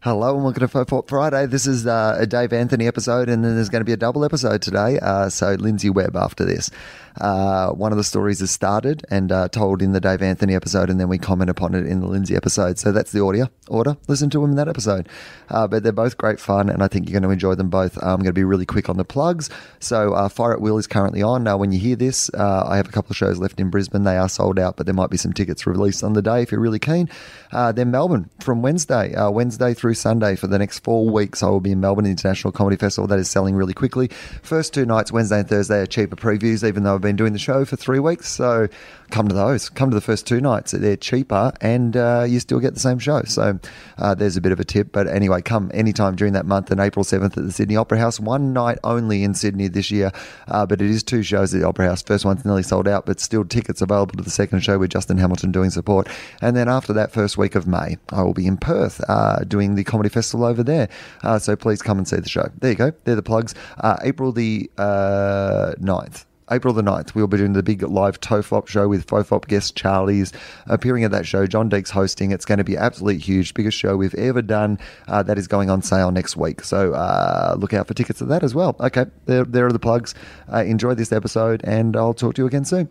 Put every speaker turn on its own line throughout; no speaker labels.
Hello and welcome to Faux Pop Friday. This is uh, a Dave Anthony episode, and then there's going to be a double episode today. Uh, so, Lindsay Webb after this. Uh, one of the stories is started and uh, told in the Dave Anthony episode, and then we comment upon it in the Lindsay episode. So, that's the audio order. Listen to them in that episode. Uh, but they're both great fun, and I think you're going to enjoy them both. I'm going to be really quick on the plugs. So, uh, Fire at Will is currently on. Now, when you hear this, uh, I have a couple of shows left in Brisbane. They are sold out, but there might be some tickets released on the day if you're really keen. Uh, then Melbourne from Wednesday, uh, Wednesday through Sunday for the next four weeks. I will be in Melbourne International Comedy Festival. That is selling really quickly. First two nights, Wednesday and Thursday, are cheaper previews, even though I've been doing the show for three weeks. So come to those. Come to the first two nights. They're cheaper and uh, you still get the same show. So uh, there's a bit of a tip. But anyway, come anytime during that month and April 7th at the Sydney Opera House. One night only in Sydney this year, uh, but it is two shows at the Opera House. First one's nearly sold out, but still tickets available to the second show with Justin Hamilton doing support. And then after that first week of May, I will be in Perth uh, doing the comedy festival over there. Uh, so please come and see the show. There you go. They're the plugs. Uh, April the uh, 9th. April the 9th, we'll be doing the big live TOEFOP show with FOFOP guest Charlie's appearing at that show. John Deeks hosting. It's going to be absolutely huge. Biggest show we've ever done. Uh, that is going on sale next week. So uh, look out for tickets at that as well. Okay, there, there are the plugs. Uh, enjoy this episode and I'll talk to you again soon.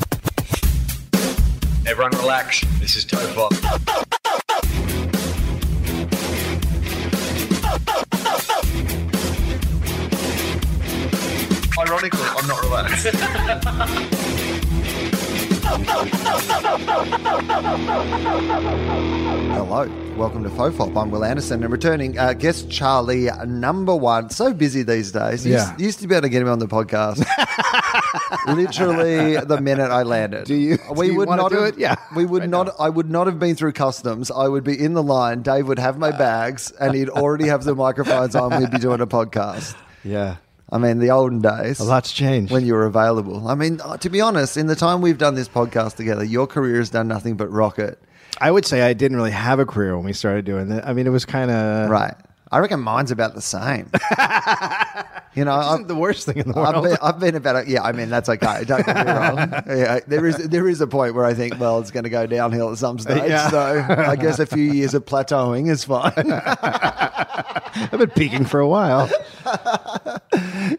Everyone relax. This is Topop. Ironically, I'm not relaxed.
Hello, welcome to FOFOP. I'm Will Anderson and returning uh, guest Charlie, number one. So busy these days. You
Yeah.
used- used to be able to get him on the podcast. Literally the minute I landed. Do
you-
We
do you
would
wanna
not
do
have-
it? Yeah.
We would not. I would not have been through customs. I would be in the line. Dave would have
Uh.
my bags, and he'd already have the microphones on. We'd be doing a podcast.
Yeah.
I mean, the olden days.
A lot's changed.
when you were available. I mean, uh, to be honest, in the time we've done this podcast together, your career has done nothing but rocket.
I would say I didn't really have a career when we started doing that. I mean, it was kind of
Right. I reckon mine's about the same. you know,
Isn't
I've,
the worst thing in the
I've,
world.
been, I've been about, a, yeah, I mean, that's okay. Don't get me wrong. Yeah, there, is, there is a point where I think, well, it's going to go downhill at some stage.
Yeah.
So I guess a few years of plateauing is fine.
I've been peaking for a while.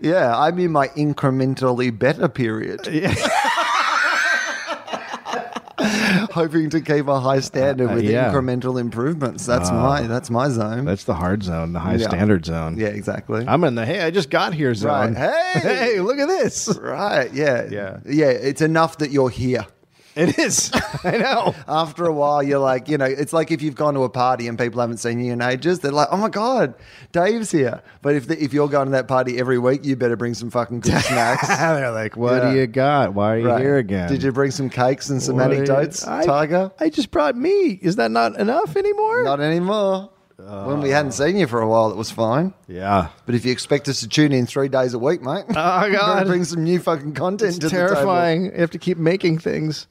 yeah, I'm in my incrementally better period. Hoping to keep a high standard
Uh,
with
yeah. Ah.
incremental improvements. That's my that's my zone.
That's the hard zone, the high
Yeah.
standard zone.
yeah, exactly.
I'm in the hey, I just got here zone.
Right. Hey!
hey, look at this.
right. Yeah.
Yeah.
Yeah. It's enough that you're here.
It is. I know.
After a while, you're like, you know, it's like if you've gone to a party and people haven't seen you in ages, they're like, oh my God, Dave's here. But if, the, if you're going to that party every week, you better bring some fucking good snacks.
They're like, what
Yeah.
do you got? Why are you
Right.
here again?
Did you bring some cakes and some
What are you-
anecdotes,
I-
Tiger?
I just brought me. Is that not enough anymore?
Not anymore. when we hadn't seen you for a while, it was fine.
yeah.
But if you expect us to tune in three days a week, mate, oh
God.
bring some new fucking content.
It's
to the table.
terrifying. You have to keep making things.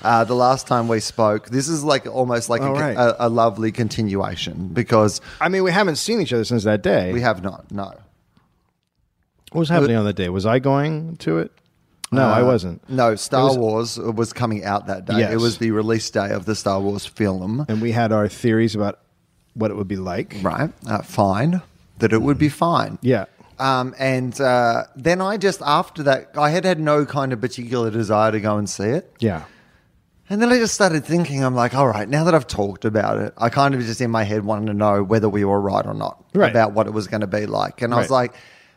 Uh, the last time we spoke, this is like almost like a,
All right.
a, a lovely continuation because
I mean, we haven't seen each other since that day.
we have not. No,
What was happening on that day? Was I going to it? No, I wasn't.
no. Star
It was-
Wars was coming out that day. It
Yes.
was the release day of the Star Wars film.
And we had our theories about what it would be like.
Right, uh, fine. That it would be fine.
Yeah.
Um, and uh, then I just after that, I had had no kind of particular desire to go and see it.
Yeah.
And then I just started thinking, I'm like, all right, now that I've talked about it, I kind of just in my head wanted to know whether we were right or not
Right.
about what it was going to be like. And I was
Right.
like,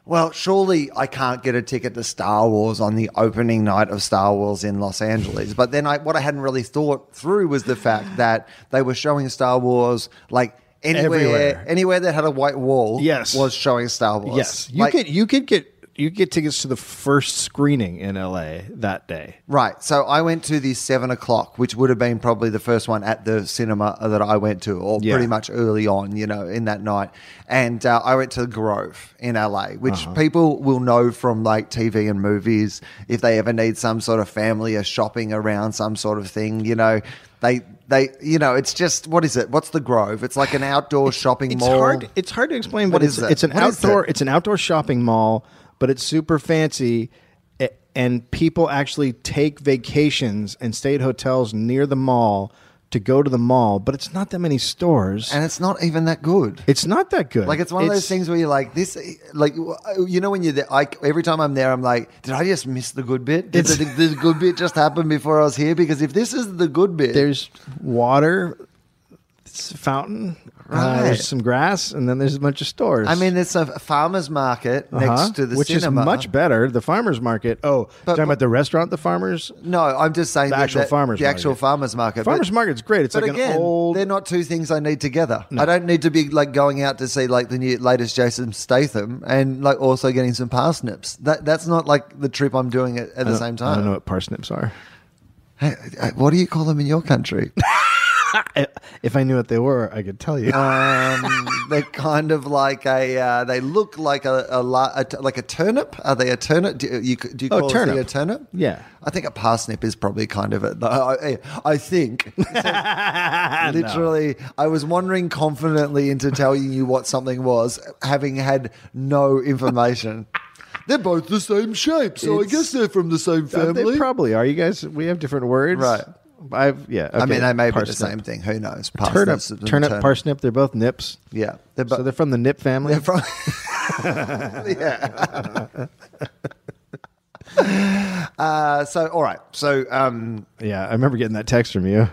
well, surely I can't get a ticket to Star Wars on the opening night of Star Wars in Los Angeles. But then I, what I hadn't really thought through was the fact that they were showing Star Wars like anywhere,
Everywhere.
anywhere that had a white wall
Yes.
was showing Star Wars.
Yes. You
Like-
could you could get you get tickets to the first screening in LA that day.
Right. So I went to the seven o'clock, which would have been probably the first one at the cinema that I went to, or
Yeah.
pretty much early on, you know, in that night. And uh, I went to the Grove in LA, which
Uh-huh.
people will know from like TV and movies. If they ever need some sort of family or shopping around some sort of thing, you know, they. They, you know, it's just what is it? What's the Grove? It's like an outdoor shopping
It's
mall.
hard. It's hard to explain, but
What is
it's,
that?
it's an
What is
outdoor.
that?
It's an outdoor shopping mall, but it's super fancy, a- and people actually take vacations and stay at hotels near the mall to go to the mall. But it's not that many stores,
and it's not even that good.
it's not that good.
Like it's one of those things where you're like this, like uh, you know when you're there. I, every time I'm there, I'm like, did I just miss the good bit? Did
It's-
the, the good bit just happen before I was here? Because if this is the good bit,
There's water. It's a fountain. uh,
Right.
there's some grass, and then there's a bunch of stores.
I mean, there's a farmers market
Uh-huh.
next to the
which
cinema.
is much better. The farmers market. Oh,
But-
talking about the restaurant, the farmers.
No, I'm just saying
The
that-
actual
that-
farmers
the actual
market.
farmers market. but-
Farmers market's great. It's
but
like
again,
an old.
they're not two things I need together. I don't need to be like going out to see like the new latest Jason Statham and like also getting some parsnips. That that's not like the trip I'm doing at, at the same
I don't know
time.
what parsnips are.
Hey, uh, what do you call them in your country?
If I knew what they were, I could tell you.
Um, they're kind of like a. Uh, they look like a, a, la- a t- like a turnip. Are they a turnip? Do you, do you
Oh,
call a
turnip.
a turnip?
Yeah.
I think a parsnip is probably kind of it. I, I I think literally. I was wandering confidently into telling you what something was, having had no information. they're both the same shape, so I
It's-
guess they're from the same
Uh,
family.
They probably are. You guys, we have different words,
Right.
I've yeah.
I
okay,
mean, they may be the
parsnip.
same thing. Who knows?
Turnip,
Parsnips and
turnip, parsnip. They're both nips.
Yeah, they're,
so they're from the nip family.
They're from. yeah. uh, so, all right. So, um,
yeah, I remember getting that text from you.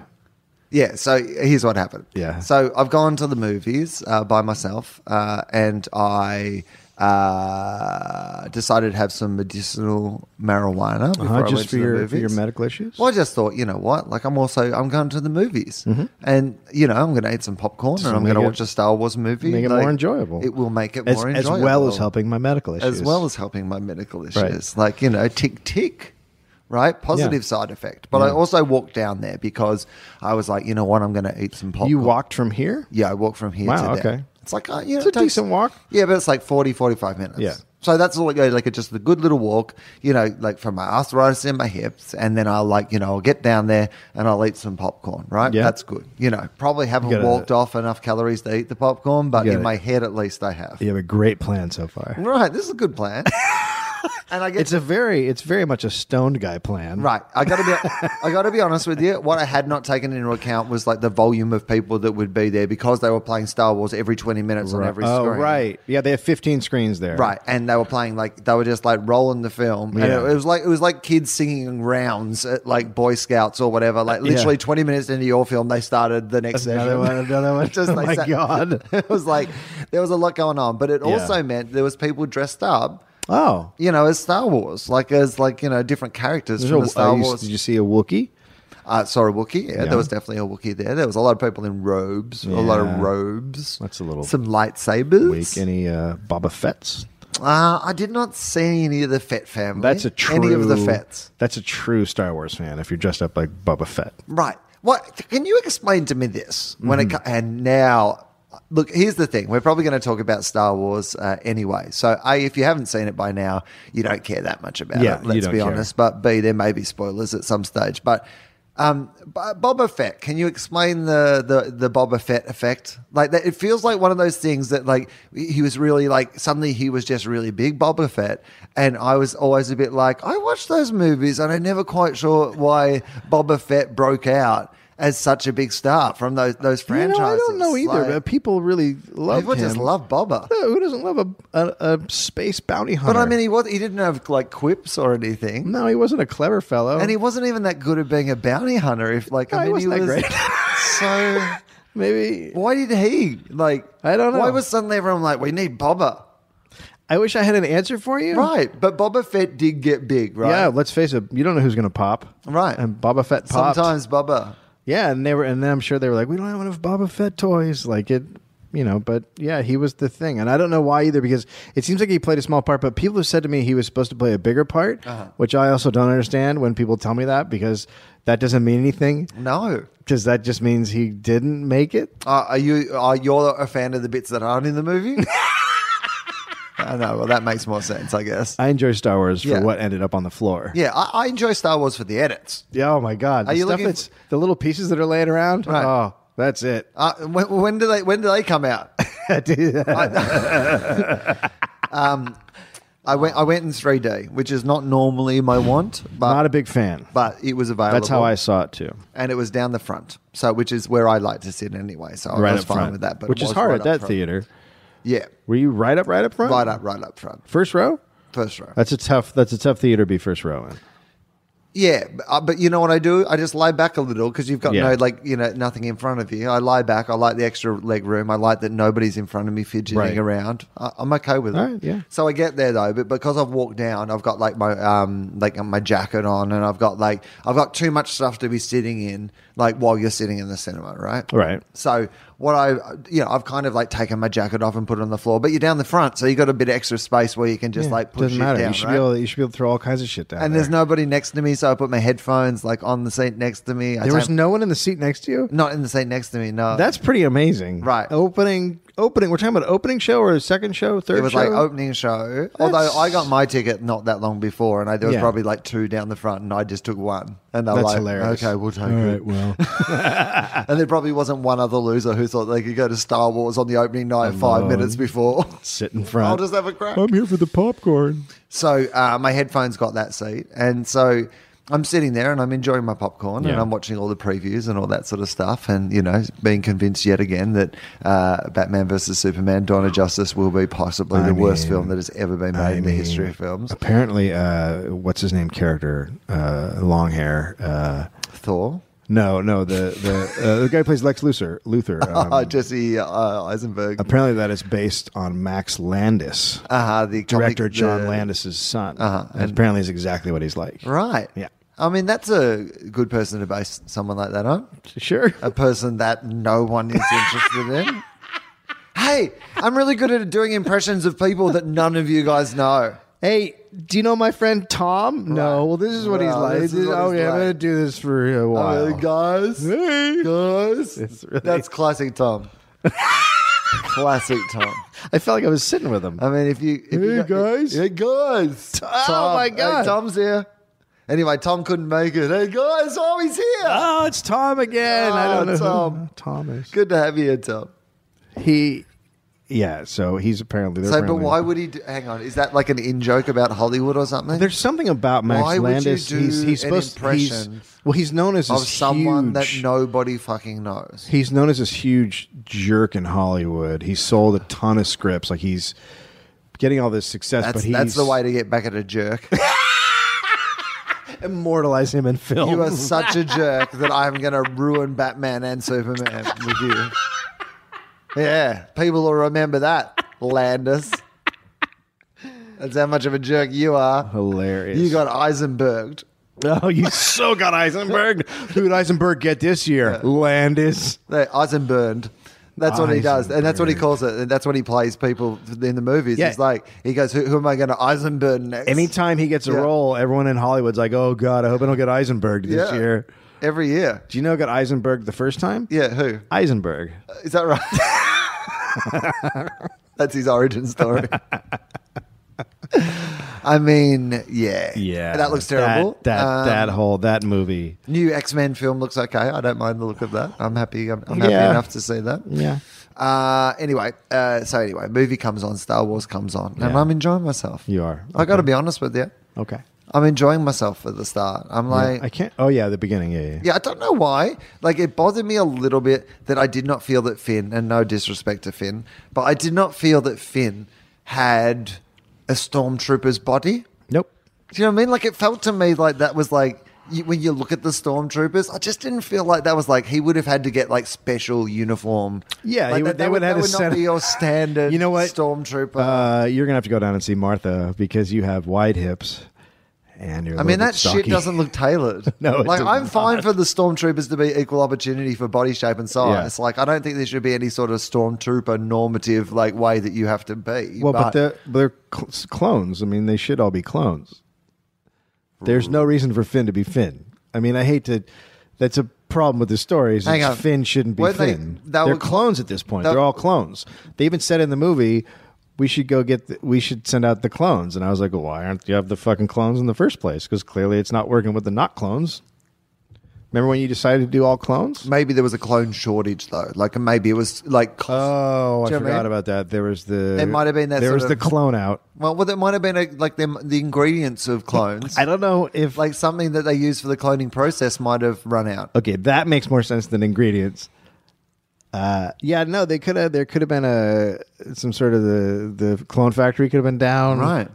yeah. So here's what happened.
Yeah.
So I've gone to the movies uh, by myself, uh, and I uh, decided to have some medicinal marijuana before I
Uh-huh,
went
just for
to the
your for
movies.
your medical issues.
Well, I just thought, you know what? Like, I'm also I'm going to the movies, and you know, I'm going to eat some popcorn, and I'm
Mm-hmm. make
going to
it-
watch a Star Wars movie.
Make it
Like,
more enjoyable.
It will make it
as,
more
as
enjoyable
well as helping my medical issues.
as well as helping my medical issues.
Right.
Like, you know, tick, tick, right? Positive
Yeah.
side effect. But I also walked down there because I was like, you know what? I'm going to eat some popcorn.
you walked from here.
Yeah, I walked from here
Wow,
to there.
okay.
It's like, uh, you know,
It's a
it takes-
decent walk.
Yeah, but it's like 40, 45 minutes.
Yeah.
So that's all it goes, like it's just a good little walk, you know, like for my arthritis in my hips. And then I'll like, you know, I'll get down there and I'll eat some popcorn, right?
Yeah.
That's good. You know, probably haven't
gotta-
walked off enough calories to eat the popcorn, but
You
in
gotta-
my head at least I have.
You have a great plan so far.
Right, this is a good plan. and I get
It's a very, it's very much a stoned guy plan.
Right. I gotta be I gotta be honest with you. What I had not taken into account was like the volume of people that would be there because they were playing Star Wars every twenty minutes on every
oh,
screen.
right. Yeah, they have 15 screens there.
Right. And they were playing like they were just like rolling the film. And
Yeah.
it, it was like it was like kids singing rounds at like Boy Scouts or whatever. Like literally
Yeah.
twenty minutes into your film they started the next
Another
session.
one, another one.
Just
oh
like
my
sat-
god.
it was like there was a lot going on. But it
Yeah.
also meant there was people dressed up.
Oh,
You know, as Star Wars, like as like you know, different characters
There's
from
a-
the Star
uh, you-
Wars.
did you see a Wookiee?
Uh, sorry, Wookiee. Yeah,
Yeah.
there was definitely a Wookiee there. There was a lot of people in robes, a lot of
Yeah.
robes.
That's a little
Some lightsabers.
Week any uh, Boba Fett's?
Uh, I did not see any of the Fett family.
That's a true.
Any of the Fets.
That's a true Star Wars fan. If you're dressed up like Boba Fett,
Right. What can you explain to me this when
Mm-hmm.
it co- and now look here's the thing we're probably going to talk about Star Wars uh, anyway so a if you haven't seen it by now you don't care that much about
Yeah,
it
you
let's
don't
be
care.
honest but b there may be spoilers at some stage but um B- Boba Fett can you explain the the the Boba Fett effect like that it feels like one of those things that like he was really like suddenly he was just really big Boba Fett and I was always a bit like I watched those movies and I'm never quite sure why Boba Fett broke out as such a big star from those those
you know,
franchises
I don't know either.
Like,
but people really love
people just
him.
love Boba
Yeah, Who doesn't love a, a, a space bounty hunter?
but I mean he was he didn't have like quips or anything
no, he wasn't a clever fellow.
And he wasn't even that good at being a bounty hunter. If like,
No,
I
he
mean, he,
wasn't
was
that
so.
maybe
Why did he like?
I don't know.
Why was suddenly everyone like, we need Boba?
I wish I had an answer for you.
Right, but Boba Fett did get big, right?
Yeah, let's face it. You don't know who's going to pop.
Right.
And Boba Fett popped.
sometimes Boba.
Yeah, and they were, and then I'm sure they were like, we don't have enough Boba Fett toys. Like it, you know, but yeah, he was the thing, and I don't know why either because it seems like he played a small part. But people have said to me he was supposed to play a bigger part,
Uh-huh.
which I also don't understand when people tell me that because that doesn't mean anything
No.
because that just means he didn't make it.
Uh, are you are you're a fan of the bits that aren't in the movie? I know. Well, that makes more sense, I guess.
I enjoy Star Wars for
Yeah.
what ended up on the floor.
yeah, I, I enjoy Star Wars for the edits.
Yeah, oh my God. The
Are you
stuff
looking-
that's the little pieces that are laying around.
Right.
Oh, that's it.
Uh, when, when do they when do they come out? I went I went in 3D, which is not normally my want, but
Not a big fan.
but it was available.
That's how I saw it too.
and it was down the front, so which is where I like to sit anyway. So I
Right
was
up
Oh, fine
front.
with that, but it
which is
was
hard
right
at
up
that
front.
theater.
Yeah,
Were you right up, right up front?
right up, right up front,
First row?
first row.
That's a tough. That's a tough theater to be first row in.
Yeah, b- uh, but you know what I do? I just lie back a little because you've got
Yeah.
no like you know nothing in front of you. I lie back. I like the extra leg room. I like that nobody's in front of me fidgeting
Right.
around. I, I'm okay with it.
All right, yeah.
So I get there though, but because I've walked down, I've got like my um like my jacket on, and I've got like I've got too much stuff to be sitting in like while you're sitting in the cinema, right?
Right.
So what I you know I've kind of like taken my jacket off and put it on the floor, but you're down the front, so you got a bit extra space where you can just
Yeah,
like push
doesn't
it
matter.
down.
you should
right?
be able. You should be able to throw all kinds of shit down.
and
there.
there's nobody next to me, so I put my headphones like on the seat next to me. I
There was
take-
no one in the seat next to you.
not in the seat next to me. No,
That's pretty amazing.
Right.
Opening. Opening. We're talking about opening show or second show, third.
it was
show?
like opening show. Although I got my ticket not that long before, and I, there was
Yeah.
probably like two down the front, and I just took one. And they're
That's
oh, like,
hilarious.
"Okay, we'll take
All
it."
right, well,
And there probably wasn't one other loser who thought they could go to Star Wars on the opening night five
no.
minutes before.
sit in front.
I'll just have a crack.
here for the popcorn.
So uh, my headphones got that seat, and so I'm sitting there and I'm enjoying my popcorn and
Yeah.
I'm watching all the previews and all that sort of stuff, and you know, being convinced yet again that uh, Batman versus Superman: Dawn of Justice will be possibly the worst
mean-
film that has ever been made
I
in the
mean,
history of films.
Mm. Apparently, uh, what's his name? Character, uh, long hair. Uh,
Thor,
no, no, the the uh, the guy who plays Lex Luthor. Luthor.
uh,
Um,
Jesse uh, Eisenberg,
apparently, that is based on Max Landis,
uh, the
director
comic-
John
the-
Landis's son.
Uh-huh,
And apparently, is exactly what he's like.
right?
Yeah.
I mean that's a good person to base someone like that on.
Sure.
a person that no one is interested in. Hey, I'm really good at doing impressions of people that none of you guys know.
Hey, do you know my friend Tom? No. Well, this is what he's
Well,
like.
this is what
oh,
he's
yeah, I'm
like.
going to do this for a while.
Uh, guys,
Hey.
guys,
It's really-
that's classic Tom. classic Tom.
I felt like I was sitting with him.
I mean, if you, if you
Hey, guys.
hey guys,
Oh, my
Hey,
God.
Tom's here. Anyway, Tom couldn't make it. Hey guys, oh he's here.
oh, it's Tom again. I
Oh,
don't know who
Tom.
Tom is.
Good to have you here, Tom.
He, yeah. So he's apparently. they're
So, but
apparently-
why would he? Do, hang on, is that like an in joke about Hollywood or something?
There's something about Max
Why would you
Landis.
do
he's he's
an
supposed to. He's,
impression
well, he's known as
of
this
someone
huge-
that nobody fucking knows.
He's known as this huge jerk in Hollywood. He sold a ton of scripts. Like he's getting all this success,
That's
but he's
that's the way to get back at a jerk.
immortalize him in film.
You are such a jerk that I'm going to ruin Batman and Superman with you. Yeah, people will remember that, Landis. That's how much of a jerk you are.
hilarious.
You got Eisenberged.
Oh, you so got Eisenberg. Who did Eisenberg get this year? Landis.
No, Eisenburned. That's what he does, and that's what he
Eisenburned.
calls it, and that's what he plays people in the movies.
Yeah.
He's like, he goes, "Who, who am I going to Eisenburn next?"
Anytime he gets a
Yeah.
role, everyone in Hollywood's like, "Oh God, I hope I don't get Eisenberg this
Yeah.
year."
every year.
Do you know who got Eisenberg the first time?
Yeah, Uh, who?
Eisenberg.
Is that right? That's his origin story. I mean, yeah, that looks terrible.
That that,
Um,
that whole that movie.
new X Men film looks okay. I don't mind the look of that. I'm happy. I'm, I'm happy
Yeah.
enough to see that.
Yeah.
Uh, anyway, uh, so anyway, movie comes on, Star Wars comes on, and
Yeah.
I'm enjoying myself.
You are.
I got to be honest with you.
Okay.
I'm enjoying myself for the start. I'm like,
I can't. Oh yeah, the beginning. Yeah. yeah.
yeah, I don't know why. Like, it bothered me a little bit that I did not feel that Finn, and no disrespect to Finn, but I did not feel that Finn had a stormtrooper's body.
Nope.
Do you know what I mean? Like, it felt to me like that was like. You, when you look at the stormtroopers, I just didn't feel like that was like he would have had to get like special uniform.
Yeah,
like
he would-
that- that
they would
that
have had
would
to
not
set-
be your standard.
You know what?
stormtrooper.
Uh, you're gonna have to go down and see Martha because you have wide hips and you're.
I mean, that shit doesn't look tailored.
No, it
like
does
I'm fine
not.
for the stormtroopers to be equal opportunity for body shape and size.
Yeah.
Like I don't think there should be any sort of stormtrooper normative like way that you have to be.
Well, but, they're, they're cl- clones. I mean, they should all be clones. There's no reason for Finn to be Finn. I mean, I hate to. That's a problem with the story. Is
Hang
it's
on.
Finn shouldn't be
Weren't they-
Finn. They,
that
are
was-
clones at this point.
that-
they're all clones. They even said in the movie, "We should go get. The, we should send out the clones." And I was like, well, "Why aren't you have the fucking clones in the first place? Because clearly it's not working with the not clones." Remember when you decided to do all clones?
maybe there was a clone shortage though. Like maybe it was like
Oh, I
Do you know what I
forgot
mean?
about that. There was the.
It might have been that
There
sort
was the
of-
clone out.
well, well, there might have been a, like the, the ingredients of clones.
I don't know if
like something that they use for the cloning process might have run out.
Okay, that makes more sense than ingredients. Uh, yeah, no, they could have. There could have been a some sort of the the clone factory could have been down.
Right.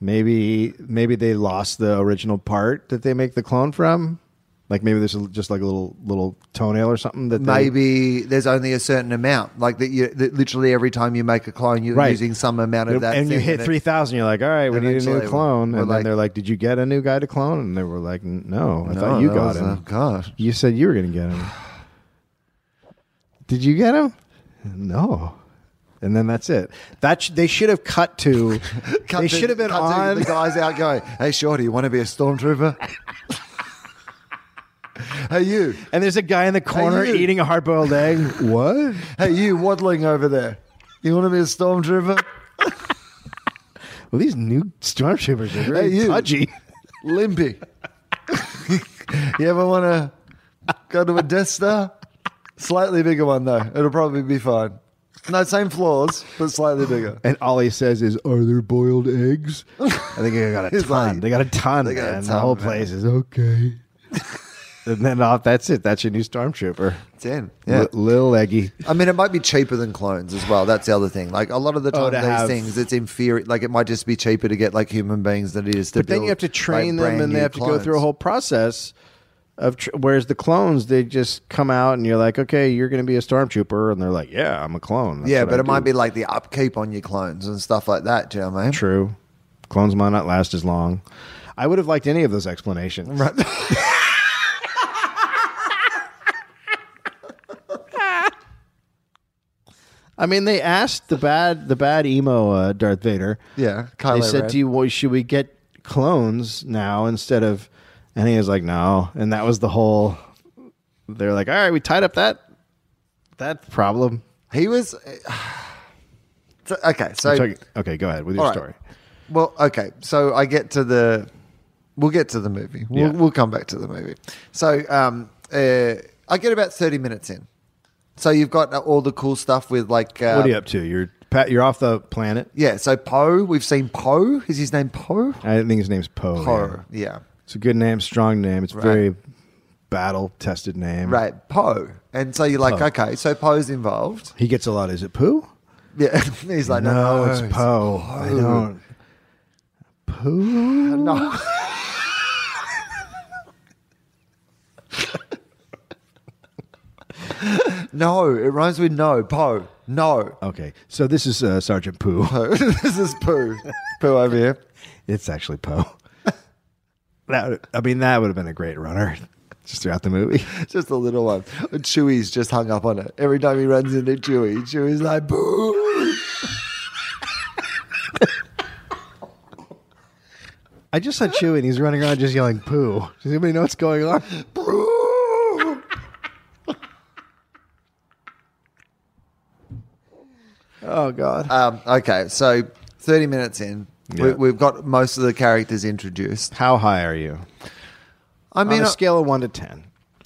Maybe maybe they lost the original part that they make the clone from. Like maybe there's a- just like a little little toenail or something that they-
Maybe there's only a certain amount, like that. You that literally every time you make a clone, you're
right.
using some amount of that.
and you
thing
hit
it-
three thousand. You're like, all right, we need a
Eventually,
new clone.
we're
And
like-
then they're like, did you get a new guy to clone? And they were like, no, I
Oh,
thought you
that
got
was-
him.
Oh God.
You said you were going to get him. Did you get him? No. And then that's it. That sh- they should have cut to.
Cut
they
to-
should have been
cut to
on.
the guys out going, "Hey, shorty, you want to be a stormtrooper? hey, you.
And there's a guy in the corner
you.
eating a hard-boiled egg. what?
Hey, you waddling over there. You want to be a stormtrooper?
Well, these new stormtroopers are
Hey,
really
you.
pudgy.
Limpy. you ever want to go to a Death Star? Slightly bigger one though. It'll probably be fine. No, same flaws, but slightly bigger.
And all he says is, "Are there boiled eggs?" I think they got a
He's
ton.
like-
they got a ton.
got a
man.
ton,
the whole
man.
place is okay. and then off. That's it. That's your new stormtrooper.
Ten. Yeah.
Yeah. Lil Eggy.
I mean, it might be cheaper than clones as well. That's the other thing. Like a lot of the time,
Oh, to
these
have-
things it's inferior. Like it might just be cheaper to get like human beings than it is to.
but then
build,
you have to
like,
train them
brand
and
new
they have to go
clones.
through a whole process of tr- whereas the clones they just come out and you're like okay you're going to be a stormtrooper and they're like yeah i'm a clone That's
Yeah,
what
but
I
it might
do."
be like the upkeep on your clones and stuff like that. Do you know what I mean?
true clones might not last as long i would have liked any of those explanations right i mean they asked the bad the bad emo uh, darth vader
Yeah,
they
Kylo
said
Ren.
to you, well, should we get clones now instead of? And he was like, no. And that was the whole. They're like, all right, we tied up that that problem.
He was. So- okay, so
So- okay, go ahead with your
All right.
story.
Well, okay. So I get to the. We'll get to the movie. We'll,
Yeah.
we'll come back to the movie. So um, uh, I get about 30 minutes in. So you've got all the cool stuff with like. Uh,
What are you up to? You're Pat. You're off the planet.
Yeah, so Poe, we've seen Poe. Is his name Poe?
I think his name's Poe.
Poe,
Oh, yeah.
yeah.
It's a good name, strong name. It's
Right.
very battle tested name.
Right, Poe. And so you're like,
Poe.
okay, so Poe's involved.
He gets a lot. Is it Pooh?
Yeah, he's like, no,
No, it's
it's
Poe. I don't. Pooh.
No. no, it rhymes with no. Poe. No.
Okay, so this is uh, Sergeant Pooh.
this is Pooh. Pooh over here.
It's actually Poe. that would- I mean, that would have been a great runner just throughout the movie.
Just a little one. Chewie's just hung up on it. Every time he runs into Chewie, Chewie's like, Pooh.
I just saw Chewie and he's running around just yelling "Pooh." Does anybody know what's going on?
Pooh.
Oh God!
Um, okay, so 30 minutes in, we,
Yeah.
we've got most of the characters introduced.
How high are you
I
on
mean,
a
uh,
scale of one to ten?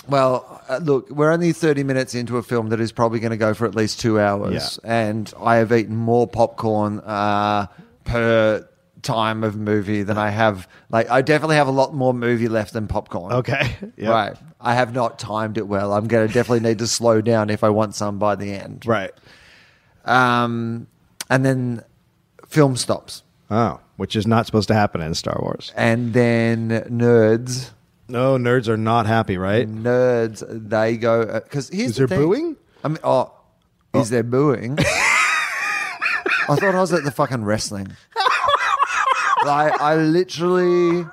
well, uh, look, we're only 30 minutes into a film that is probably going to go for at least two hours. And I have eaten more popcorn uh, per time of movie than I have. Like, I definitely have a lot more movie left than popcorn.
Okay. Yep.
Right. I have not timed it well. I'm going to definitely need to slow down if I want some by the end.
Right.
Um, and then film stops.
Oh, which is not supposed to happen in Star Wars.
And then nerds
No, nerds are not happy, right?
nerds they go because here's
Is
the
there
thing.
booing?
I mean, oh, is there booing? I thought I was at the fucking wrestling. Like I literally.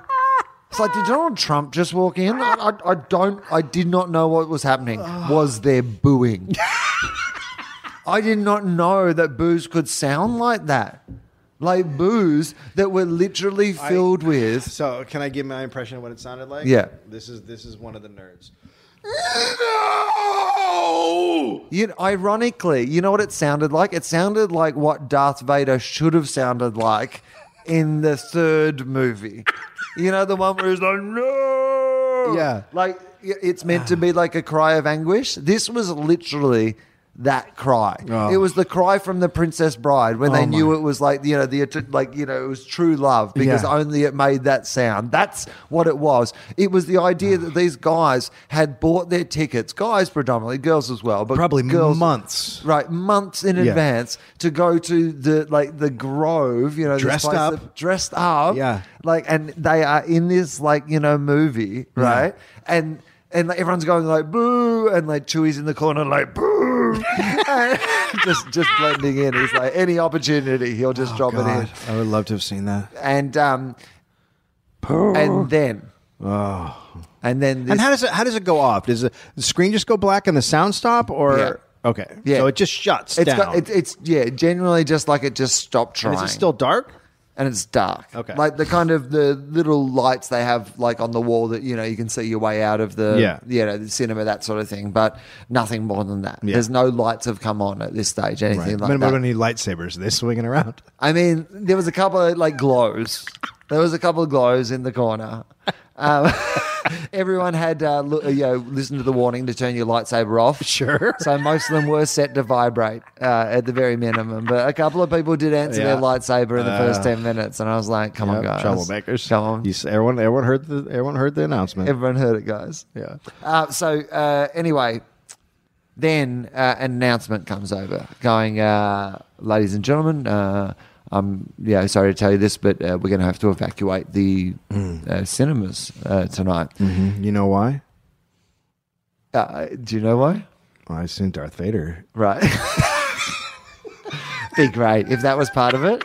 It's like, did Donald Trump just walk in? I, I, I don't. I did not know what was happening. Was there booing? I did not know that boos could sound like that. Like boos that were literally filled with.
So, can I give my impression of what it sounded like?
Yeah.
This is this is one of the nerds.
You know, ironically, you know what it sounded like? It sounded like what Darth Vader should have sounded like in the third movie. You know, the one where he's like, no!
Yeah.
Like, y- it's meant to be like a cry of anguish. This was literally that cry.
Oh.
It was the cry from the Princess Bride when they
Oh
knew
my.
it was like, you know, the like, you know, it was true love because
Yeah.
only it made that sound. That's what it was. It was the idea that these guys had bought their tickets, guys predominantly, girls as well, but
Probably
girls,
months.
right? Months in
Yeah.
advance to go to the like the Grove, you know, this
Dressed
place
up.
that- dressed up,
Yeah.
Like, and they are in this like you know movie, right? And and like, everyone's going like boo, and like Chewie's in the corner like boo, And just just blending in. He's like any opportunity, he'll just drop it in
Oh, God, I would love to have seen that.
and um, and then, and then this,
Oh. and how does it how does it go off? Does the the screen just go black and the sound stop, or
Yeah.
okay?
Yeah.
So it just shuts
it's
down.
got, it, it's yeah, generally just like it just stopped
And
trying.
is it still dark?
and it's dark.
Okay.
like the kind of the little lights they have like on the wall that you know you can see your way out of the
Yeah.
you know the cinema that sort of thing, but nothing more than that.
Yeah.
There's no lights have come on at this stage, anything like
Minimum
that.
any lightsabers. They're swinging around.
I mean, there was a couple of like glows. There was a couple of glows in the corner. Um, everyone had uh, lo- you know listened to the warning to turn your lightsaber off.
Sure.
So most of them were set to vibrate uh, at the very minimum, but a couple of people did answer their
Yeah.
lightsaber in the first
Uh,
ten minutes, and I was like, "Come on,
Yep,
guys,
troublemakers.
Come on,
You s- everyone, everyone heard the everyone heard the announcement.
everyone heard it, guys."
yeah.
Uh, so uh, anyway, then uh, an announcement comes over, going, uh, "Ladies and gentlemen, uh, I'm yeah sorry to tell you this, but uh, we're going to have to evacuate the
Hmm.
uh, cinemas uh, tonight.
Mm-hmm. You know why?
Uh, do you know why?
Well, I seen Darth Vader.
Right? Be great if that was part of it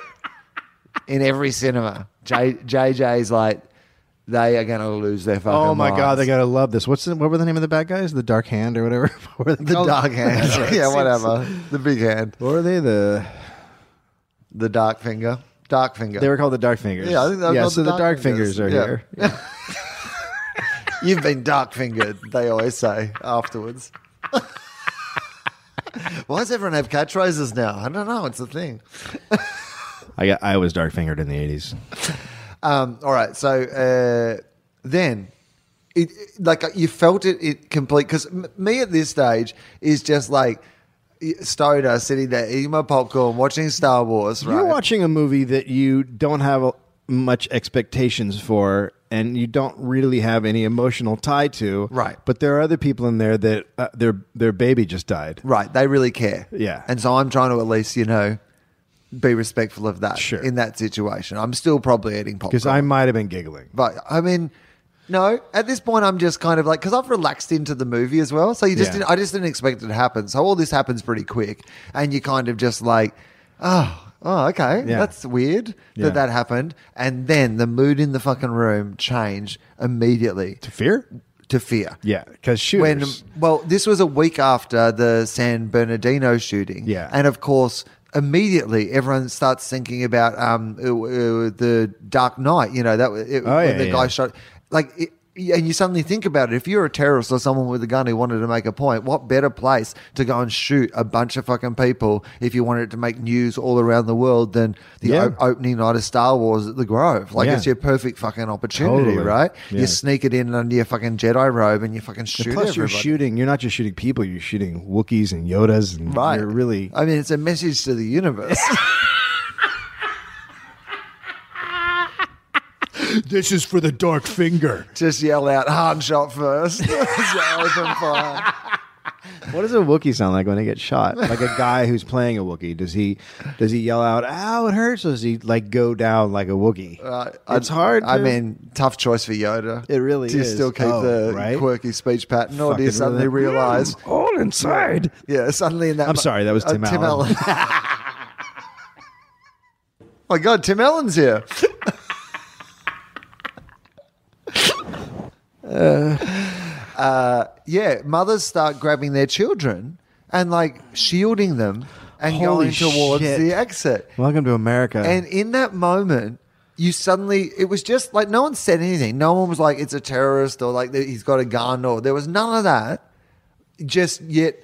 in every cinema. J- JJ's like." They are going to lose their fucking
Oh my God,
minds.
they gotta love this. What's the, what were the name of the bad guys? The Dark Hand or whatever. What were they
the
called?
dark hand. yeah, whatever. The big hand.
What were they? The
The dark finger. Dark finger.
they were called the Dark Fingers.
Yeah, I think they were
yeah.
called
So
the
the
Dark
Dark, Fingers,
Fingers. Yeah.
are here. Yeah.
You've been dark fingered, they always say afterwards. Why does everyone have catchphrases now? I don't know. It's a thing.
I got, I was dark fingered in the eighties.
Um, all right. So uh, then, it, it- like you felt it, it complete. Because m- me at this stage is just like y- Stoner sitting there eating my popcorn, watching Star Wars. Right?
You're watching a movie that you don't have a, much expectations for, and you don't really have any emotional tie to.
Right.
But there are other people in there that uh, their their baby just died.
Right. They really care.
Yeah.
And so I'm trying to at least, you know, be respectful of that
Sure.
in that situation. I'm still probably eating popcorn.
Because I might have been giggling.
But I mean, no. At this point, I'm just kind of like because I've relaxed into the movie as well. So you just
Yeah.
didn't, I just didn't expect it to happen. So all this happens pretty quick, and you kind of just like, oh, oh, okay,
Yeah.
that's weird
Yeah.
that that happened. And then the mood in the fucking room changed immediately
To fear?
to fear.
Yeah. Because
When
shooters.
well, this was a week after the San Bernardino shooting,
Yeah.
and of course, immediately everyone starts thinking about um uh, uh, the Dark Knight. You know that was- it,
Oh,
when
yeah,
the guy
yeah.
shot like. It, and you suddenly think about it. If you're a terrorist or someone with a gun who wanted to make a point, what better place to go and shoot a bunch of fucking people if you wanted to make news all around the world than the
Yeah.
o- opening night of Star Wars at the Grove? Like,
Yeah.
it's your perfect fucking opportunity,
Totally.
right? You
Yeah.
sneak it in under your fucking Jedi robe and you fucking shoot
And plus, you're
everybody.
shooting. You're not just shooting people. You're shooting Wookiees and Yodas, and
Right.
you're really
I mean, it's a message to the universe.
This is for the dark finger.
Just yell out, hard shot first. As you open fire.
What does a Wookiee sound like when they get shot? Like a guy who's playing a Wookiee. Does he does he yell out, "Ow, it hurts"? Or does he like go down like a Wookiee? it's
Uh, I-
hard.
I
to-
mean, tough choice for Yoda.
It really
Do you
is.
still keep
Oh,
the
right?
quirky speech pattern, or do you
Fucking
suddenly
really-
realize?
Mm, all inside.
Yeah, suddenly in that.
I'm
mo-
sorry, that was
uh,
Tim Allen.
my God, Tim Allen's here. Uh, yeah, mothers start grabbing their children and like shielding them and
Holy
going towards
shit.
the exit.
Welcome to America.
And in that moment, you suddenly, it was just like no one said anything. No one was like, it's a terrorist or like he's got a gun or there was none of that. Just yet,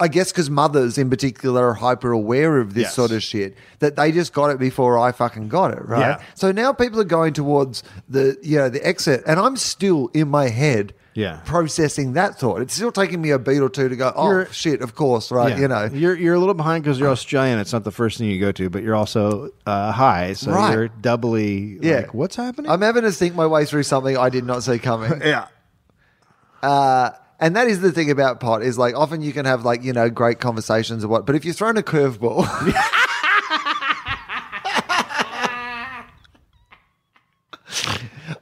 I guess because mothers in particular are hyper aware of this
Yes.
sort of shit, that they just got it before I fucking got it, right?
Yeah.
So now people are going towards the, you know, the exit and I'm still in my head.
Yeah.
Processing that thought. It's still taking me a beat or two to go, oh,
You're-
shit, of course, right? uh, You know,
you're you're a little behind because you're Australian. It's not the first thing you go to, but you're also uh, high, so
Right.
you're doubly
Yeah.
like, what's happening?
I'm having to think my way through something I did not see coming.
yeah,
And that is the thing about pot is like often you can have like you know great conversations or what, but if you're thrown a curveball,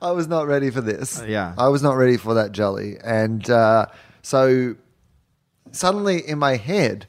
I was not ready for this.
Uh, yeah.
I was not ready for that jelly, and uh, so suddenly in my head,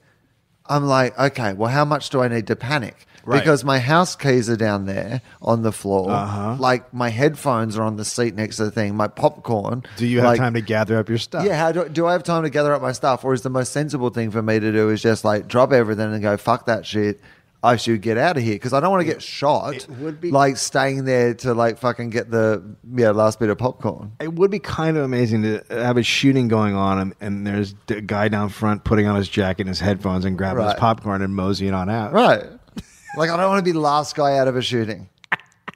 I'm like, okay, well, how much do I need to panic?
Right.
Because my house keys are down there on the floor.
Uh-huh.
Like my headphones are on the seat next to the thing. My popcorn.
Do you have
like-
time to gather up your stuff?
yeah, how do, do I have time to gather up my stuff? Or is the most sensible thing for me to do is just like drop everything and go, fuck that shit. I should get out of here because I don't want to get shot.
it would be-
like staying there to like fucking get the yeah last bit of popcorn.
It would be kind of amazing to have a shooting going on, and, and there's a guy down front putting on his jacket and his headphones and grabbing
Right.
his popcorn and moseying on out.
Right. like I don't want to be the last guy out of a shooting.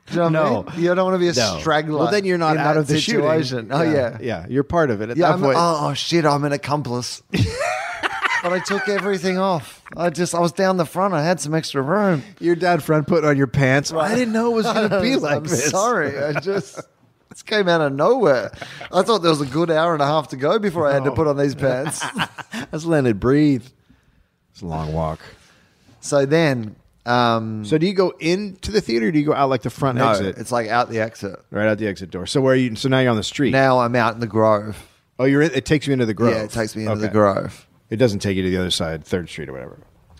Do you know
No.
what I mean? You don't want to be a
No.
straggler.
Well, then you're not
in
out
that
of the
situation.
Shooting.
Oh yeah.
yeah, Yeah, you're part of it at
Yeah,
that
I'm,
point.
oh shit, I'm an accomplice. but I took everything off. I just I was down the front. I had some extra room.
your dad front put on your pants. I didn't know it was going to be like
I'm
this.
sorry. I just this came out of nowhere. I thought there was a good hour and a half to go before I had to put on these pants.
Let's let it breathe. It's a long walk.
so then, um,
So do you go into the theater? or Do you go out like the front
no,
exit?
it's like out the exit.
right out the exit door. So where are you? So now you're on the street.
Now I'm out in the Grove.
oh, you're. In, it takes you into the grove.
Yeah, it takes me into the
Okay.
Grove.
It doesn't take you to the other side, Third Street or whatever.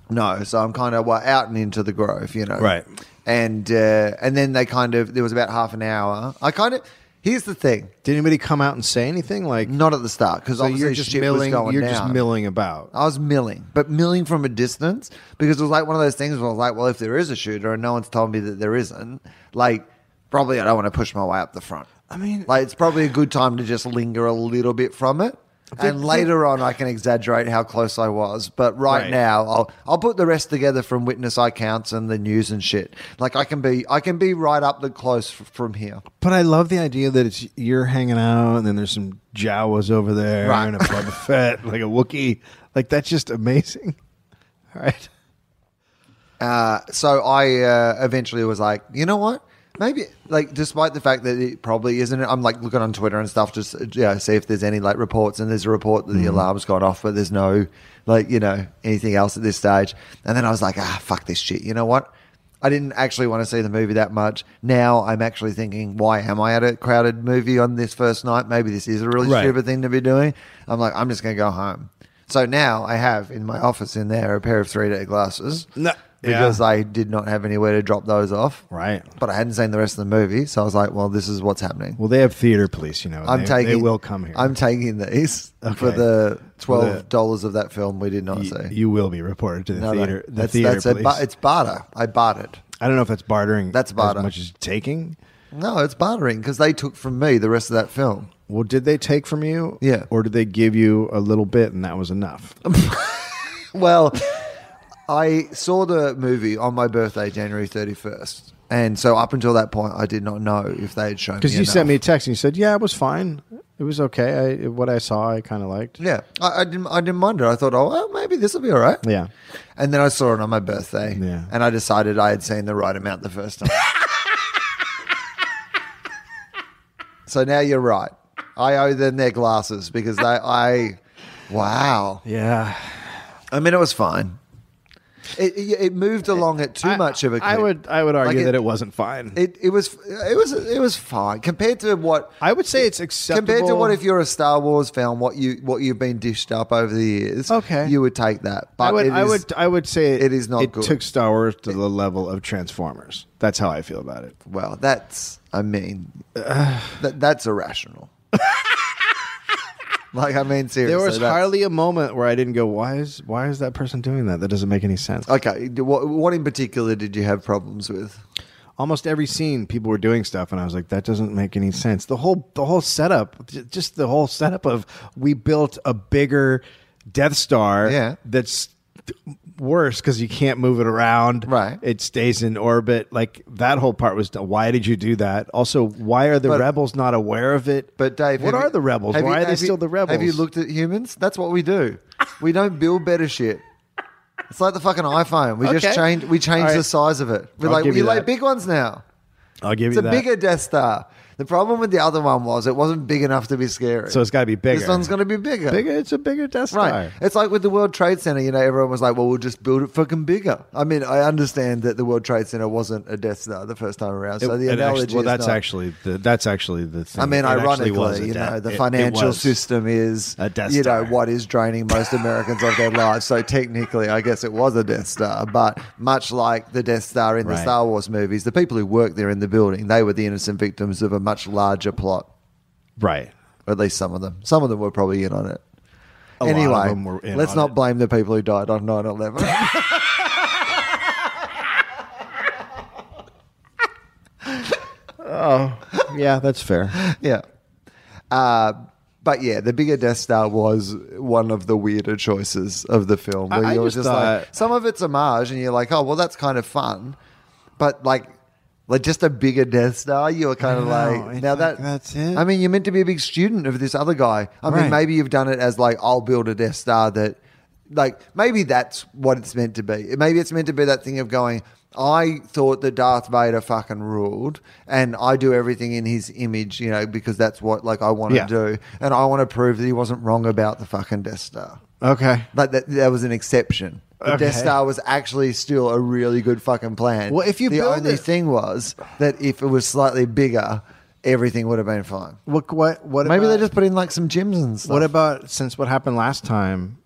No, so I'm kind of well, out and into the grove, you know.
Right.
And uh, and then they kind of there was about half an hour. I kind of here's the thing,
Did anybody come out and say anything? Like,
not at the start because
so
obviously
you're just
shit was
milling.
going
You're just
down.
milling about.
I was milling, but milling from a distance because it was like one of those things where I was like, well, if there is a shooter and no one's told me that there isn't, like, probably I don't want to push my way up the front.
I mean-
like, it's probably a good time to just linger a little bit from it. And later on, I can exaggerate how close I was, but right,
Right.
now, I'll I'll put the rest together from witness eye counts and the news and shit. Like I can be, I can be right up the close f- from here.
But I love the idea that it's you're hanging out, and then there's some Jawas over there,
Right.
and a Boba Fett, like a Wookiee. Like that's just amazing. All right.
so I uh, eventually was like, you know what? Maybe like, despite the fact that it probably isn't, I'm like looking on Twitter and stuff, just uh, yeah, see if there's any like reports. And there's a report
Mm-hmm.
that the alarm's gone off, but there's no like you know anything else at this stage. And then I was like, ah, fuck this shit. You know what? I didn't actually want to see the movie that much. Now I'm actually thinking, why am I at a crowded movie on this first night? Maybe this is a really
Right.
stupid thing to be doing. I'm like, I'm just going to go home. So now I have in my office in there a pair of 3D glasses
No.
because
Yeah.
I did not have anywhere to drop those off.
Right.
But I hadn't seen the rest of the movie, so I was like, "Well, this is what's happening."
Well, they have theater police, you know. and
I'm
they,
taking.
They will come here.
I'm taking these for
Okay.
the
the-
twelve dollars of that film we did not
you,
see.
you will be reported to the
No, no.
theater. The
that's,
theater
that's a
police.
ba- it's barter. I bartered.
I don't know if that's bartering.
That's barter.
as much as taking.
No, it's bartering because they took from me the rest of that film.
Well, did they take from you?
Yeah.
Or did they give you a little bit and that was enough?
Well, I saw the movie on my birthday, January thirty first, and so up until that point, I did not know if they had shown
Because you
enough.
sent me a text and you said, "Yeah, it was fine. It was okay. I, what I saw, I kind of liked."
Yeah, I, I didn't. I didn't mind it. I thought, oh, well, maybe this will be all right.
Yeah.
And then I saw it on my birthday.
Yeah.
And I decided I had seen the right amount the first time. so now you're right. I owe them their glasses because they, I, wow.
Yeah.
I mean, it was fine. It, it, it moved along at too much of a.
I
clip.
would. I would argue
Like
that it wasn't fine.
It, it was it was it was fine compared to what
I would say it's acceptable
compared to what if you're a Star Wars fan what you what you've been dished up over the years
Okay.
you would take that but
I would.
it
I
is-
would. I would say
it is not
It
good.
took Star Wars to the level of Transformers. That's how I feel about it.
Well, that's I mean, that that's irrational. Like, I mean, seriously.
There was
that's-
hardly a moment where I didn't go, why is why is that person doing that? That doesn't make any sense.
Okay. d- What, what in particular did you have problems with?
Almost every scene, people were doing stuff, and I was like, that doesn't make any sense. The whole the whole setup, j- just the whole setup of we built a bigger Death Star.
Yeah.
that's worse because you can't move it around.
Right.
it stays in orbit. Like that whole part was. Why did you do that? Also, why are the
But-
rebels not aware of it?
But Dave,
what
have
are
you-
the rebels?
have
Why
you-
are they
have you-
still the rebels?
Have you looked at humans? That's what we do. We don't build better shit. It's like the fucking iPhone. We just
Okay.
change. We change
All right.
the size of it. We're
I'll
like
give
we
you
like
that.
big ones now.
I'll give
It's
you
a
that.
bigger Death Star. The problem with the other one was it wasn't big enough to be scary.
So it's gotta be bigger.
This one's going to be bigger.
bigger. It's a bigger Death Star.
Right. It's like with the World Trade Center, you know, everyone was like, well, we'll just build it fucking bigger. I mean, I understand that the World Trade Center wasn't a Death Star the first time around. So the
It
analogy
actually, well,
is
that's
not-
actually the that's actually the thing.
I mean,
It actually was a
ironically, you
debt.
know, the
It- it
financial
was.
system is,
a Death
you know,
Star.
what is draining most Americans of their lives. So technically, I guess it was a Death Star, but much like the Death Star in the
Right.
Star Wars movies, the people who worked there in the building, they were the innocent victims of a much larger plot.
right?
Or at least some of them. Some of them were probably in on it.
A lot of
anyway,
them were in
let's
on
not
it.
blame the people who died on 9 11.
Yeah, that's fair.
yeah. Uh, but yeah, the bigger Death Star was one of the weirder choices of the film. Where
I- I
you're
just
just, like,
thought-
some of it's homage, and you're like, oh, well, that's kind of fun. But like, like just a bigger Death Star, you were kind of
know.
like,
It's
now
like,
that
that's it?
I mean, you're meant to be a big student of this other guy. I mean,
Right.
maybe you've done it as like, I'll build a Death Star that, like, maybe that's what it's meant to be. Maybe it's meant to be that thing of going. I thought that Darth Vader fucking ruled, and I do everything in his image, you know, because that's what like I want to
Yeah.
do, and I want to prove that he wasn't wrong about the fucking Death Star.
Okay.
Like that, that was an exception. The Death
Okay.
Star was actually still a really good fucking plan.
Well, if you
the
build
only
it-
thing was that if it was slightly bigger, everything would have been fine.
What? What? What?
Maybe
about,
they just put in like some gyms and stuff.
What about since what happened last time?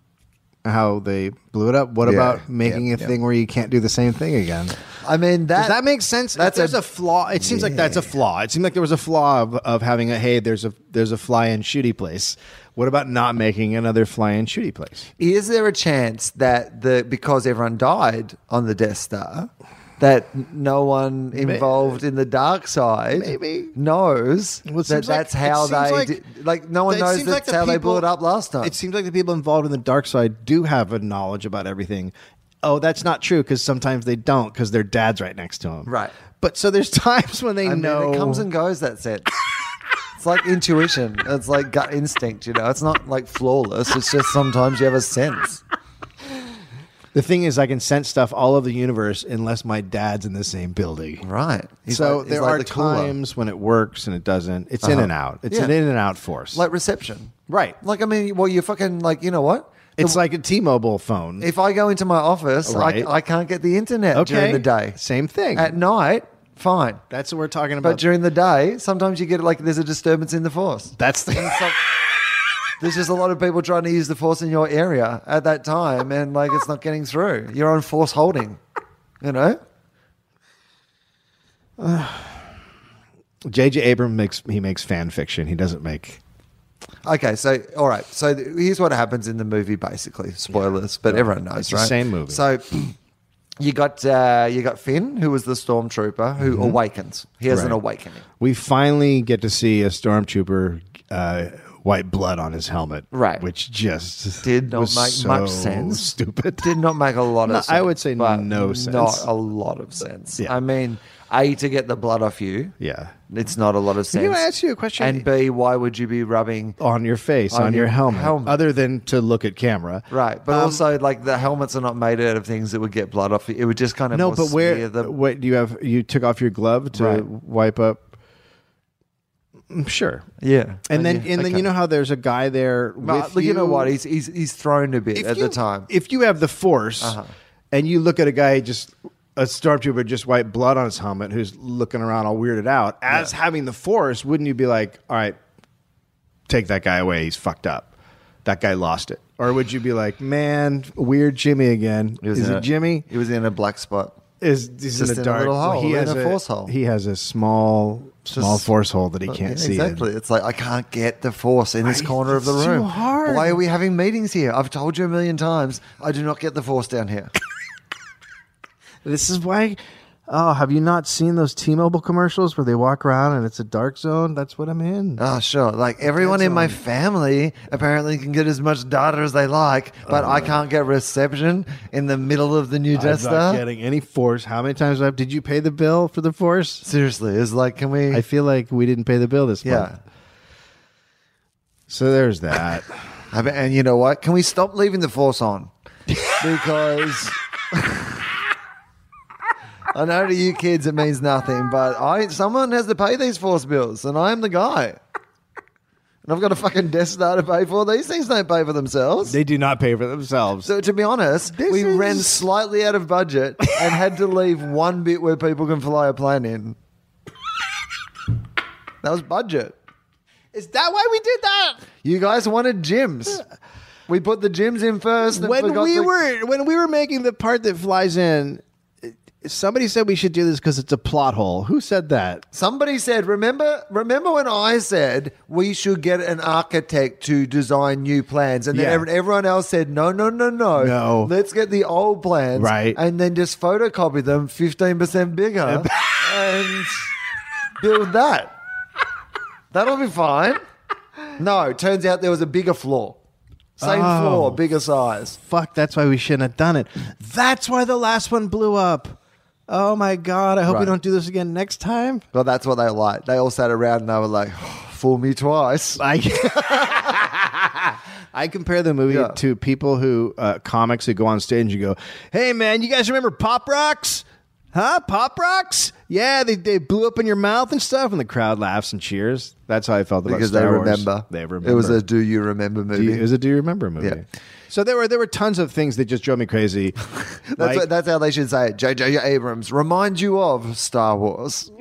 How they blew it up? What
Yeah,
about making
yeah,
a
yeah.
thing where you can't do the same thing again?
I mean, that
Does that make sense? If
that's
there's
a-
a, flaw. It seems like that's a flaw. It seemed like there was a flaw of, of having a hey, there's a there's a fly and shooty place. What about not making another fly and shooty place?
Is there a chance that the because everyone died on the Death Star, that no one involved in the dark side
Maybe.
knows
Well,
that
it seems like-
that's
it
how
seems
they
like-
did, like no one
it
knows
seems
that's
the
how they
people-
blew it up last time.
It seems like the people involved in the dark side do have a knowledge about everything. Oh, that's not true because sometimes they don't because their dad's right next to them.
Right.
But so there's times when they
I mean,
know
it comes and goes. That sense. It's like intuition. It's like gut instinct. You know, it's not like flawless. It's just sometimes you have a sense.
The thing is, I can sense stuff all over the universe unless my dad's in the same building.
Right. He's
so
like- he's
there
like
are
the cooler. Uh-huh.
times when it works and it doesn't. It's in and out. It's
Yeah.
an in and out force.
like reception.
Right.
Like I mean, well, you're fucking like you know what?
it's like a T-Mobile phone.
If I go into my office,
Right.
I, I can't get the internet
okay.
during the day.
same thing.
At night, fine.
that's what we're talking about.
But during the day, sometimes you get like there's a disturbance in the force.
that's the.
So- there's just a lot of people trying to use the force in your area at that time, and like it's not getting through. You're on force holding, you know.
J.J. Abrams makes he makes fan fiction. He doesn't make.
Okay, so all right, so th- here's what happens in the movie, basically. Spoilers, but everyone knows,
It's the
right?
same movie.
So you got uh, you got Finn, who was the stormtrooper, who awakens. He has an
Mm-hmm. Right.
awakening.
We finally get to see a stormtrooper. Uh, White blood on his helmet,
Right.
Which just
Did not
was
make
so
much sense.
Stupid.
Did not make a lot of
No,
sense.
I would say
but
no sense.
Not a lot of sense.
Yeah.
I mean, A, to get the blood off you.
Yeah.
It's not a lot of sense.
Can I ask you a question?
And B, why would you be rubbing
on your face,
On
on, your,
your
helmet,
helmet.
other than to look at camera.
Right, but
Um,
also like the helmets are not made out of things that would get blood off. you. It would just kind of
no,
more
but where?
smear the
What do you have? You took off your glove to
Right.
wipe up. Mm, Sure,
yeah,
and then
Uh, Yeah,
and then
okay.
you know how there's a guy there.
Well,
with
look, you, know
you?
what? He's he's he's thrown a bit
If
at
you-
the time. Uh-huh.
If you have the force, and you look at a guy just a stormtrooper just wiped blood on his helmet, who's looking around all weirded out. As having the force, wouldn't you be like, all right, take that guy away? He's fucked up. That guy lost it. Or would you be like, man, weird Jimmy again? Is
in
it
a-
Jimmy?
He was in a black spot.
Is he's
Just
in
in
the
a
dark?
little hole, in
he has
a force hole.
He has a small small force hole that he
Yeah,
can't see. in.
exactly. It's like I can't get the force in this
Right,
corner of the
it's too
room.
hard.
Why are we having meetings here? I've told you a million times. I do not get the force down here.
This is why. Oh, have you not seen those T-Mobile commercials where they walk around and it's a dark zone? That's what I'm in.
Oh, sure. Like everyone in my family apparently can get as much data as they like, but I can't get reception in the middle of the new
Oh, I'm
Death
not
Star.
getting any force. How many times have, did you pay the bill for the force?
Seriously, it's like, can we?
I feel like we didn't pay the bill this
yeah.
month. So there's that.
I mean, and you know what? Can we stop leaving the force on? Because I know to you kids it means nothing, but I someone has to pay these force bills, and I am the guy. And I've got a fucking Death Star to pay for. These things don't pay for themselves.
they do not pay for themselves.
So to be honest,
This
we
is-
ran slightly out of budget and had to leave one bit where people can fly a plane in. That was budget.
Is that why we did that?
You guys wanted gyms. We put the gyms in first. and
When
forgot
we
the-
were when we were making the part that flies in, somebody said we should do this because it's a plot hole. Who said that?
Somebody said, remember, remember when I said we should get an architect to design new plans, and then
Yeah.
ev- everyone else said, no, no, no, no,
No.
Let's get the old plans,
Right.
and then just photocopy them fifteen percent bigger and build that. That'll be fine. No, turns out there was a bigger floor, same
Oh.
floor, bigger size.
Fuck, that's why we shouldn't have done it. That's why the last one blew up. Oh my god, I hope we
Right.
don't do this again next time.
But that's what they like. They all sat around and they were like, fool me twice.
I I compare the movie
Yeah.
to people who uh, comics who go on stage and go, "Hey man, you guys remember Pop Rocks? Huh? Pop Rocks? Yeah, they they blew up in your mouth and stuff, and the crowd laughs and cheers. That's how I felt about
because
Star
they
Wars.
remember.
They remember.
It was a Do You Remember
Do
movie.
you, it was a Do You Remember movie.
Yeah.
So there were there were tons of things that just drove me crazy.
that's, what, that's how they should say it. J.J. Abrams reminds you of Star Wars.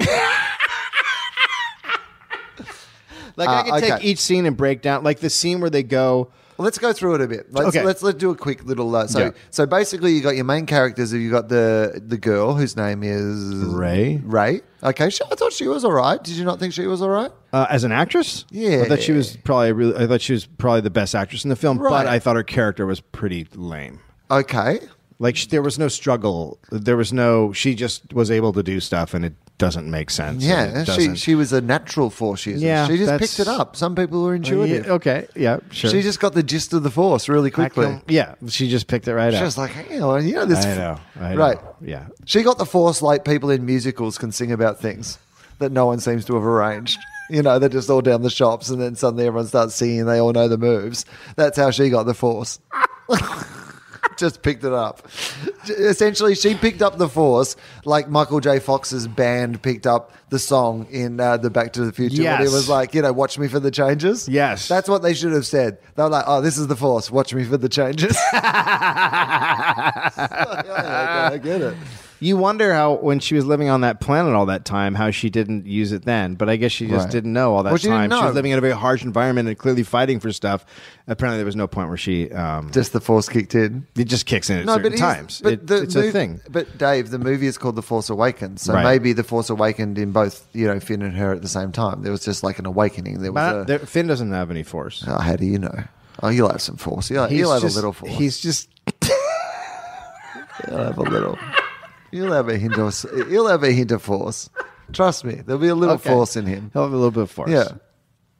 Like
Uh,
I could take
okay.
each scene and break down, like the scene where they go.
Let's go through it a bit. Let's
Okay.
let's, let's do a quick little. Uh, so
Yeah.
so basically, you got your main characters. You got the the girl whose name is
Ray?
Ray. Okay, she, I thought she was all right. Did you not think she was all right?
Uh, as an actress,
Yeah.
I thought she was probably really, I thought she was probably the best actress in the film,
Right.
but I thought her character was pretty lame.
Okay,
Like she, there was no struggle, there was no. She just was able to do stuff, and it doesn't make sense. and
yeah,
it
she
doesn't.
she was a natural force. She is.
Yeah,
she just
that's-
picked it up. Some people were
Uh,
intuitive.
yeah, okay, yeah, sure.
She just got the gist of the force really
I
quickly.
can- yeah, she just picked it right
She
up.
was like, hang on, you know this.
I know, I know.
Right.
Yeah.
She got the force like people in musicals can sing about things that no one seems to have arranged. You know, they're just all down the shops and then suddenly everyone starts singing and they all know the moves. That's how she got the force. just picked it up. Essentially, she picked up the force like Michael J. Fox's band picked up the song in uh, the Back to the Future. When
Yes.
it was like, you know, watch me for the changes.
Yes.
That's what they should have said. They were like, oh, this is the force. Watch me for the changes. I get it.
You wonder how when she was living on that planet all that time, how she didn't use it then. But I guess she just
Right.
didn't know all that
Well, she didn't
time. She
know.
was living in a very harsh environment and clearly fighting for stuff. Apparently, there was no point where she um,
Just the force kicked in.
it just kicks in at certain
he's-
times. It- it's
movie-
a thing.
But Dave, the movie is called The Force Awakens, so
Right.
maybe The Force Awakened in both you know Finn and her at the same time. There was just like an awakening. There was
But
a.
there- Finn doesn't have any force.
oh, how do you know? Oh, you'll have some force. You'll, you'll have
just,
a little force.
He's just
You'll have a little. You'll have a hint of. You'll have a hint of force. Trust me, there'll be a little
okay.
force in him.
He'll have a little bit of force.
Yeah.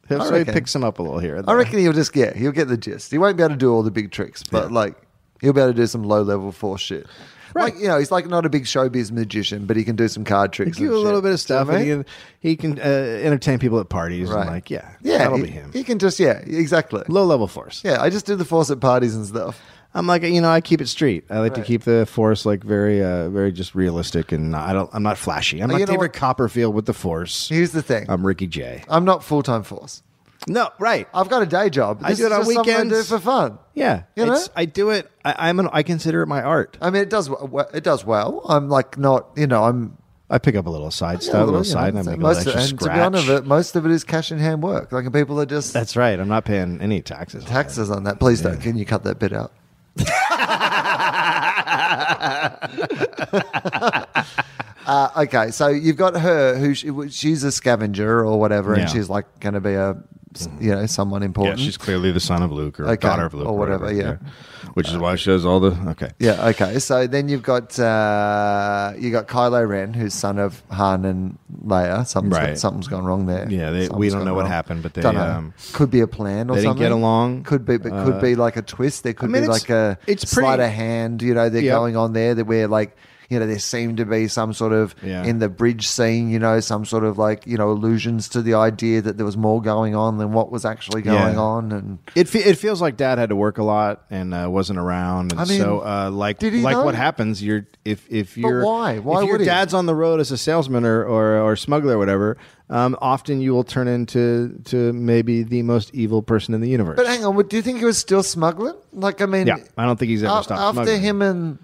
He'll-
I
so he
reckon.
picks him up a little here. and
I
there.
reckon he'll just get. He'll get the gist. He won't be able to do all the big tricks, but like he'll be able to do some low level force shit.
Right.
Like you know, he's like not a big showbiz magician, but he can do some card tricks.
Give
and
a little
shit.
bit of
Do you know
stuff.
what I
and
mean?
he, he can uh, entertain people at parties.
Right.
And like, yeah,
Yeah,
that'll
he,
be him.
He can just yeah, exactly.
Low level force.
Yeah, I just do the force at parties and stuff.
I'm like, you know, I keep it street. I like to
Right.
keep the force like very, uh, very just realistic, and I don't. I'm not flashy. I'm
you
not
know
David
what?
Copperfield with the force.
Here's the thing: I'm,
I'm Ricky Jay.
not full time force.
No, right?
I've got a day job.
I
This
do
is
it on
just something I do
weekends.
for fun.
yeah,
You know?
it's, I do it. I, I'm an. I consider it my art.
I mean, it does w- w- it does well. I'm like not you know I'm
I pick up a little side
you know,
stuff, a little
you know,
side, and I make a little
most
extra
and to be
scratch.
honest, with it, most of it is cash in hand work. Like and people are just
That's right. I'm not paying any taxes. on it.
taxes on that. Please don't. Can you cut that bit out? Uh, okay, so you've got her who she, she's a scavenger or whatever,
Yeah.
and she's like going to be a you know someone
Yeah,
important.
she's clearly the son of Luke or
Okay,
daughter of Luke
or whatever,
Which is why she has all the okay.
Yeah, okay. So then you've got uh, you got Kylo Ren, who's son of Han and Leia. Something's,
Right.
something's gone wrong there.
Yeah, they- we
Something's
don't
gone
know what happened, but they,
Don't know.
um,
could be a plan or
they didn't
something.
get along.
Could be, but could
Uh,
be like a twist. There could
mean,
be
it's-
like a
it's
sleight
pretty-
of hand. You know, they're
Yeah.
going on there that where like. You know, there seemed to be some sort of
Yeah.
in the bridge scene. You know, some sort of like you know allusions to the idea that there was more going on than what was actually
Yeah.
going on. And
It fe- it feels like Dad had to work a lot and uh, wasn't around, and
I mean,
so uh, like
did he
like
know?
what happens? You're if if you're
why? Why
if your
would he?
dad's
dad's on the road as a salesman or or, or smuggler or whatever, um, often you will turn into to maybe the most evil person in the universe.
but hang on, what- do you think he was still smuggling? Like, I mean,
yeah, I don't think he's ever
Af-
stopped
after
smuggling.
him and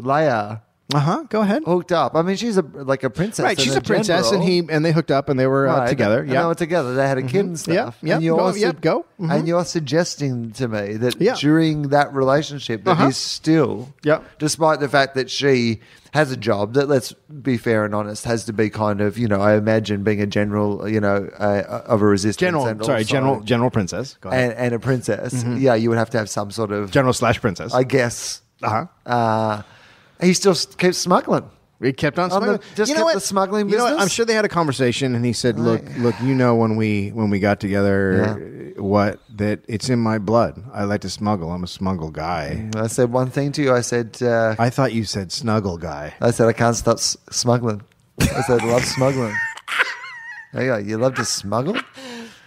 Leia
Uh huh. Go ahead.
hooked up. I mean, she's a like a princess.
right,
and
she's a princess,
general.
and he and they hooked up and they were uh,
Right,
together.
and they
Yeah,
were together. They had a kid and stuff.
yeah,
and you're
go- yep, go. Mm-hmm.
And you're suggesting to me that
Yeah.
during that relationship, that
Uh-huh.
he's still,
Yeah.
despite the fact that she has a job that, let's be fair and honest, has to be kind of, you know, I imagine being a general, you know, uh, of a resistance.
general.
and
Sorry,
also-
general. Mm-hmm. General princess. Go ahead.
and, and a princess. Yeah, you would have to have some sort of,
general slash princess.
I guess,
uh huh.
uh, he still s- keeps smuggling.
We kept
On
on
the-
smuggling.
just
you know
kept
what?
the smuggling
You know what?
business?
I'm sure they had a conversation, and he said, "Look, look, you know, when we when we got together, what that it's in my blood. I like to smuggle. I'm a smuggle guy.
I said one thing to you. I said, uh,
I thought you said snuggle guy.
I said I can't stop s- smuggling. I said I love smuggling. There you go. You love to smuggle.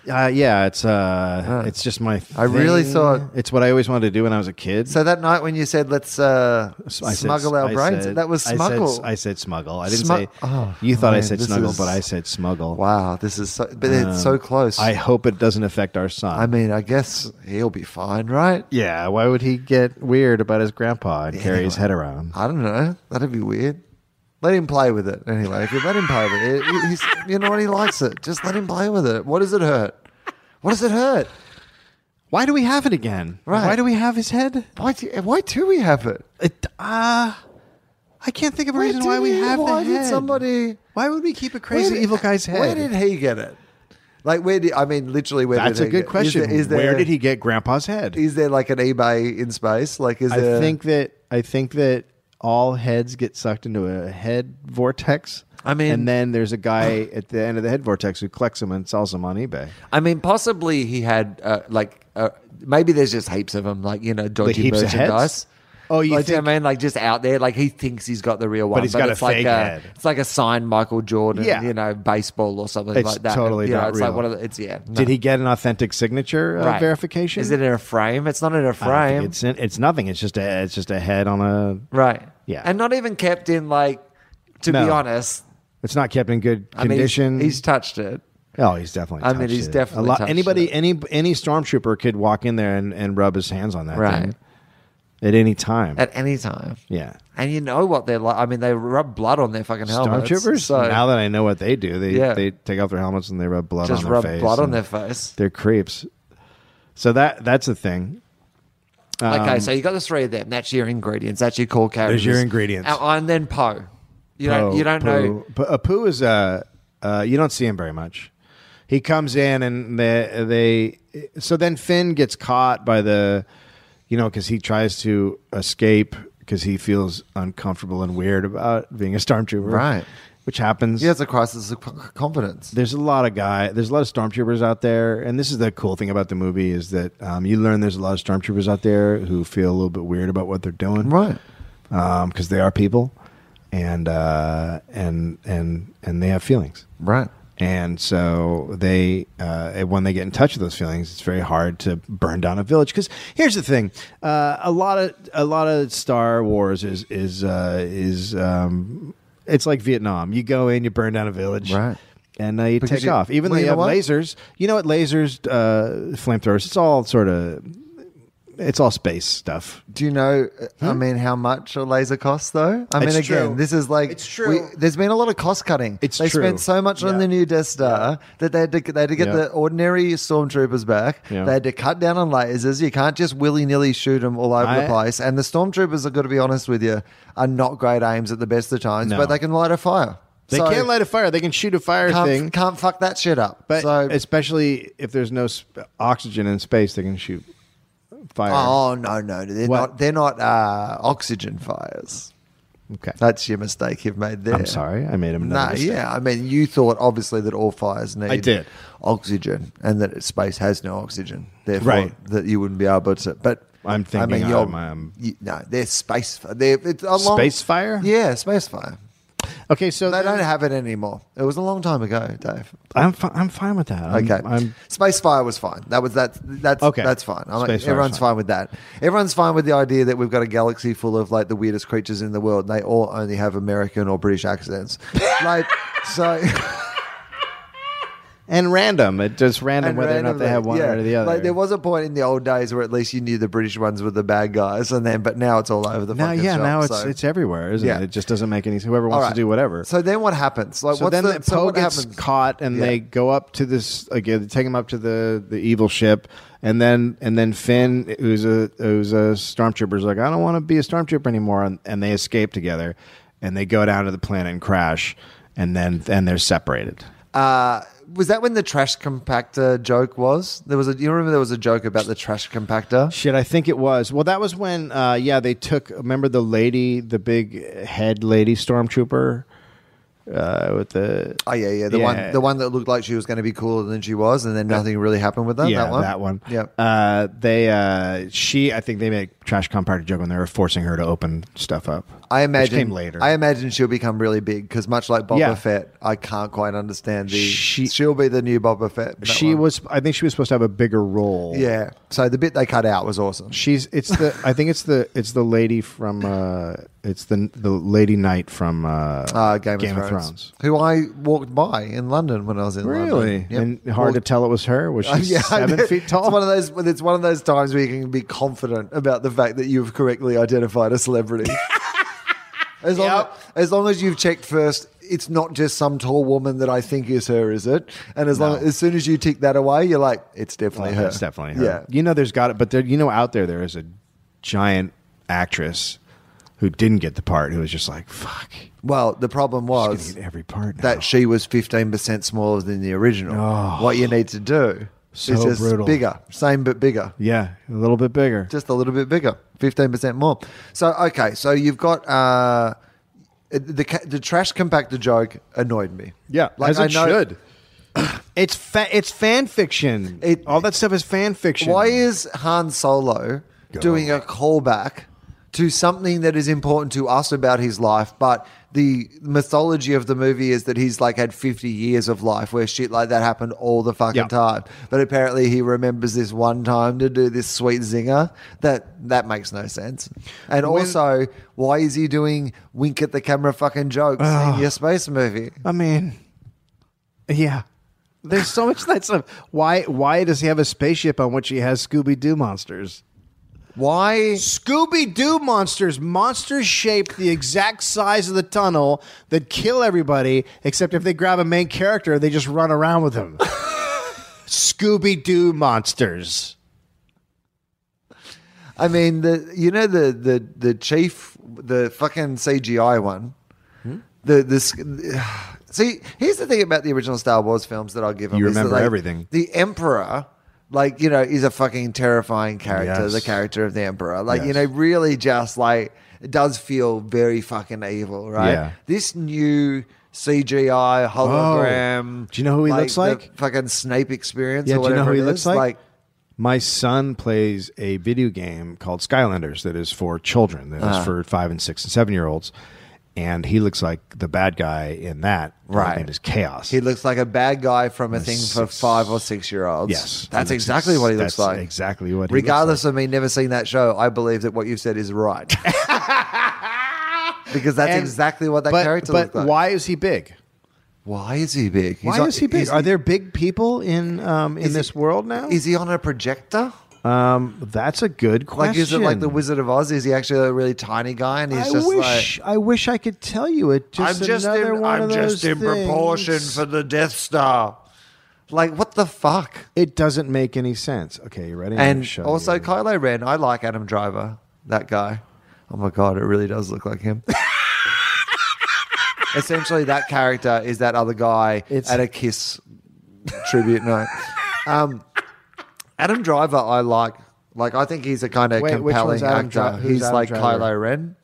Uh, yeah, it's uh, it's just my.
I really
thing.
thought-
it's what I always wanted to do when I was a kid.
So that night when you said let's uh,
I said-
smuggle our
I
brains,
said-
that was
I said-
smuggle.
I said, smuggle. I didn't
Smu-
say.
Oh,
you thought I
man,
said
this
snuggle,
is-
but I said smuggle.
wow, this is so, but it's so close.
Um, I
I,
hope it doesn't affect our son.
mean, I guess he'll be fine, right?
yeah, why would he get weird about his grandpa and carry his head around?
I don't know. That'd be weird. Let him play with it anyway. If you let him play with it, he- he's, you know what he likes it. Just let him play with it. What does it hurt? What does it hurt?
Why do we have it again?
Right.
Why do we have his head?
Why do, why do we have it?
It, uh, I can't think of a reason
did
why we
he-
have
why
the head.
did somebody
why would we keep a
where
crazy
did-
evil guy's head?
Where did he get it? Like where did I mean literally where
That's
did
a
he
good
get-
question.
Is there, is there,
where did he get grandpa's head?
Is there like an eBay in space? Like is
I
there
think that I think that all heads get sucked into a head vortex.
I mean-
and then there's a guy at the end of the head vortex who collects them and sells them on eBay.
I mean possibly he had uh, like uh, maybe there's just heaps of them like you know dodgy
heaps of heads?
merchandise.
Oh, you
like, do
think-
know what I mean? Like just out there, like he thinks he's got the real one,
he's got a
it's like
fake
a,
head.
It's like a signed Michael Jordan,
Yeah.
you know, baseball or something
It's
like that.
totally
you know,
not
it's
real.
like one of the, it's yeah. no.
Did he get an authentic signature uh,
Right.
verification?
Is it in a frame? It's not in a
I don't think
frame.
It's in- it's nothing. It's just a it's just a head on a.
Right.
Yeah.
And not even kept in like to
No.
be honest.
It's not kept in good condition.
I mean, he's, he's touched it.
oh, he's definitely.
I mean,
touched
he's
it.
definitely
a lot.
touched
Anybody,
it.
any any stormtrooper could walk in there and, and rub his hands on that
Right.
thing at any time.
At any time.
yeah,
And you know what they're like. I mean, they rub blood on their fucking helmets.
Stormtroopers.
So
now that I know what they do, they
Yeah.
they take off their helmets and they rub blood
just
on their
rub
face.
blood on
and
their face.
They're creeps. So that that's a thing.
okay, so you got the three of them. That's your ingredients. That's your core characters.
There's your ingredients.
And, and then Poe. You don't. You don't know.
But a poo is a uh, you don't see him very much. He comes in and they they so then Finn gets caught by the you know because he tries to escape because he feels uncomfortable and weird about being a stormtrooper,
Right.
Which happens.
He has a crisis of c- confidence.
there's a lot of guy there's a lot of stormtroopers out there and this is the cool thing about the movie is that um, you learn there's a lot of stormtroopers out there who feel a little bit weird about what they're doing
Right.
because um, they are people and uh, and and and they have feelings
Right.
and so they uh, when they get in touch with those feelings it's very hard to burn down a village because here's the thing uh, a lot of a lot of star wars is is uh, is um, it's like vietnam you go in you burn down a village
Right.
and uh, you
Because
take
you-
off even
well,
though
you know
you have
what?
lasers you know what lasers uh, flamethrowers it's all sort of it's all space stuff.
Do you know? I mean, how much a laser costs, though? I mean,
Hmm? It's
again,
true.
this is like
It's true.
there's been a lot of cost cutting.
It's
they
true.
spent so much on
Yeah.
the new Death Star that they had to they had to get
Yeah.
the ordinary stormtroopers back.
Yeah.
They had to cut down on lasers. You can't just willy nilly shoot them all over the
I-
place. And the stormtroopers, I've got to be honest with you, are not great aims at the best of times,
No.
but they can light a fire.
They
So,
can't light a fire. They can shoot a fire
can't,
thing.
Can't fuck that shit up.
But
so,
especially if there's no sp- oxygen in space, they can shoot fire.
oh no, no, they're
What?
not. They're not uh, oxygen fires.
okay.
That's your mistake you've made there.
I'm sorry, I made him.
No, yeah. I mean, you thought obviously that all fires need
I did.
oxygen and that space has no oxygen. Therefore,
Right.
that you wouldn't be able to. But
I'm
I
thinking
mean, you're,
I'm, um,
you- no, they're space. fi- They're, it's a long,
Space fire?
Yeah, space fire.
Okay, so
They
then-
don't have it anymore. It was a long time ago, Dave.
I'm fi- I'm fine with that. I'm,
Okay,
I'm
space fire was fine. That was that. That's
Okay.
That's fine. I'm like,
Space fire's
everyone's fine.
fine.
with that. Everyone's fine with the idea that we've got a galaxy full of like the weirdest creatures in the world, and they all only have American or British accents. like so.
and random. It just random
and
whether or not they
randomly,
have one
yeah.
or the other.
Like there was a point in the old days where at least you knew the British ones were the bad guys, and then but now it's all over the.
now,
fucking
yeah,
shop,
now it's
so-
it's everywhere, isn't
Yeah.
it? It just doesn't make any. Whoever
All
wants
right.
to do whatever.
So then what happens? Like
So
what's
then
the,
the, Poe
so what
gets
happens?
caught, and
Yeah.
they go up to this again. They take him up to the the evil ship, and then and then Finn, who's a who's a stormtrooper, is like, I don't want to be a stormtrooper anymore, and, and they escape together, and they go down to the planet and crash, and then and they're separated.
Uh, was that when the trash compactor joke was? There was a. You remember there was a joke about the trash compactor?
Shit, I think it was. Well, that was when, uh, yeah, they took. Remember the lady, the big head lady stormtrooper, uh, with the
Oh yeah, yeah. The one
Yeah.
the one that looked like she was going to be cooler than she was, and then nothing really happened with that.
yeah,
Oh, that one. Yeah.
Yeah. Uh, they, uh, she, I think they made a trash compactor joke when they were forcing her to open stuff up.
I imagine
which came later.
I imagine she'll become really big because much like Boba
Yeah.
Fett, I can't quite understand the.
She-
She, will be the new Boba Fett. that
she
one.
was. I think she was supposed to have a bigger role.
Yeah. So the bit they cut out was awesome.
She's. It's the. I think it's the. It's the lady from. Uh, it's the the lady knight from uh,
Uh, Game, of, Thrones, who I walked by in London when I was in
Really?
London. Yep.
And hard to
Walked-
tell it was her. Was she seven feet tall?
It's one of those. It's one of those times where you can be confident about the fact that you've correctly identified a celebrity. as, long
Yep.
as long as you've checked first, it's not just some tall woman that I think is her, is it? And as long as soon as you tick that away, you're like, it's definitely her.
Oh, That's definitely her.
Yeah.
You know, there's got it, but there, you know, out there, there is a giant actress who didn't get the part who was just like, fuck.
Well, the problem was
She's gonna get every part now.
that she was 15% smaller than the original. What you need to do is
Oh. So
just
brutal.
bigger, same but bigger.
Yeah, a little bit bigger.
just a little bit bigger, fifteen percent more. So okay, so you've got uh, the ca- the trash compactor joke annoyed me.
Yeah, as it
know-
should. it's fa- it's fan fiction.
It-
All that stuff is fan fiction.
Why is Han Solo doing a callback to something that is important to us about his life, but the mythology of the movie is that he's like had 50 years of life where shit like that happened all the fucking
Yeah.
time. But apparently he remembers this one time to do this sweet zinger. That that makes no sense. And also, why is he doing wink at the camera fucking jokes in your space movie?
I mean, yeah. There's so much of that stuff. Why why does he have a spaceship on which he has Scooby Doo monsters?
Why
Scooby Doo monsters, monsters shaped the exact size of the tunnel that kill everybody, except if they grab a main character, they just run around with him. Scooby Doo monsters.
I mean, the you know the the the chief, the fucking CGI one.
Hmm?
The this see here's the thing about the original Star Wars films that I'll give them.
You
is that,
remember
like,
everything.
The Emperor, like you know, is a fucking terrifying character.
Yes.
The character of the Emperor, like you
Yes.
know, really just like it does feel very fucking evil, right?
Yeah. Oh.
This new. CGI hologram.
Do you know who he looks
the
like?
fucking Snape experience. or
Yeah, do you
whatever
know who
it
he looks
is.
like? My son plays a video game called Skylanders that is for children, that is
Uh-huh.
for five and six and seven year olds. And he looks like the bad guy in that.
Right.
His name is Chaos.
He looks like a bad guy from a thing for
six-
five or six year olds.
Yes.
That's
He looks
exactly
ex-
what he looks
that's
like.
exactly what he looks
Regardless of me never seeing that show, I believe that what you've said is right. because that's
And-
exactly what that
but,
character
but
looks like.
why is he big?
Why is he big? He's
Why
on-
is he big?
Is,
Are there big people in um, in
is he-
this world now?
is he on a projector?
Um, that's a good question.
Like, is it like the Wizard of Oz? Is he actually a really tiny guy and he's
I
just
wish I wish I could tell you it.
like,
Just another one of those things.
the Death Star. Like, what the fuck?
It doesn't make any sense. Okay, you ready? I'm gonna
And
show
also
you.
Kylo Ren. I like Adam Driver, that guy. Oh my god, it really does look like him. Essentially, that character is that other guy
It's-
at a Kiss tribute night. Um, Adam Driver, I like. Like, I think he's a kind of
Wait, which
compelling
one's Adam
actor.
Dri- who's
he's
Adam
like
Driver?
Kylo Ren.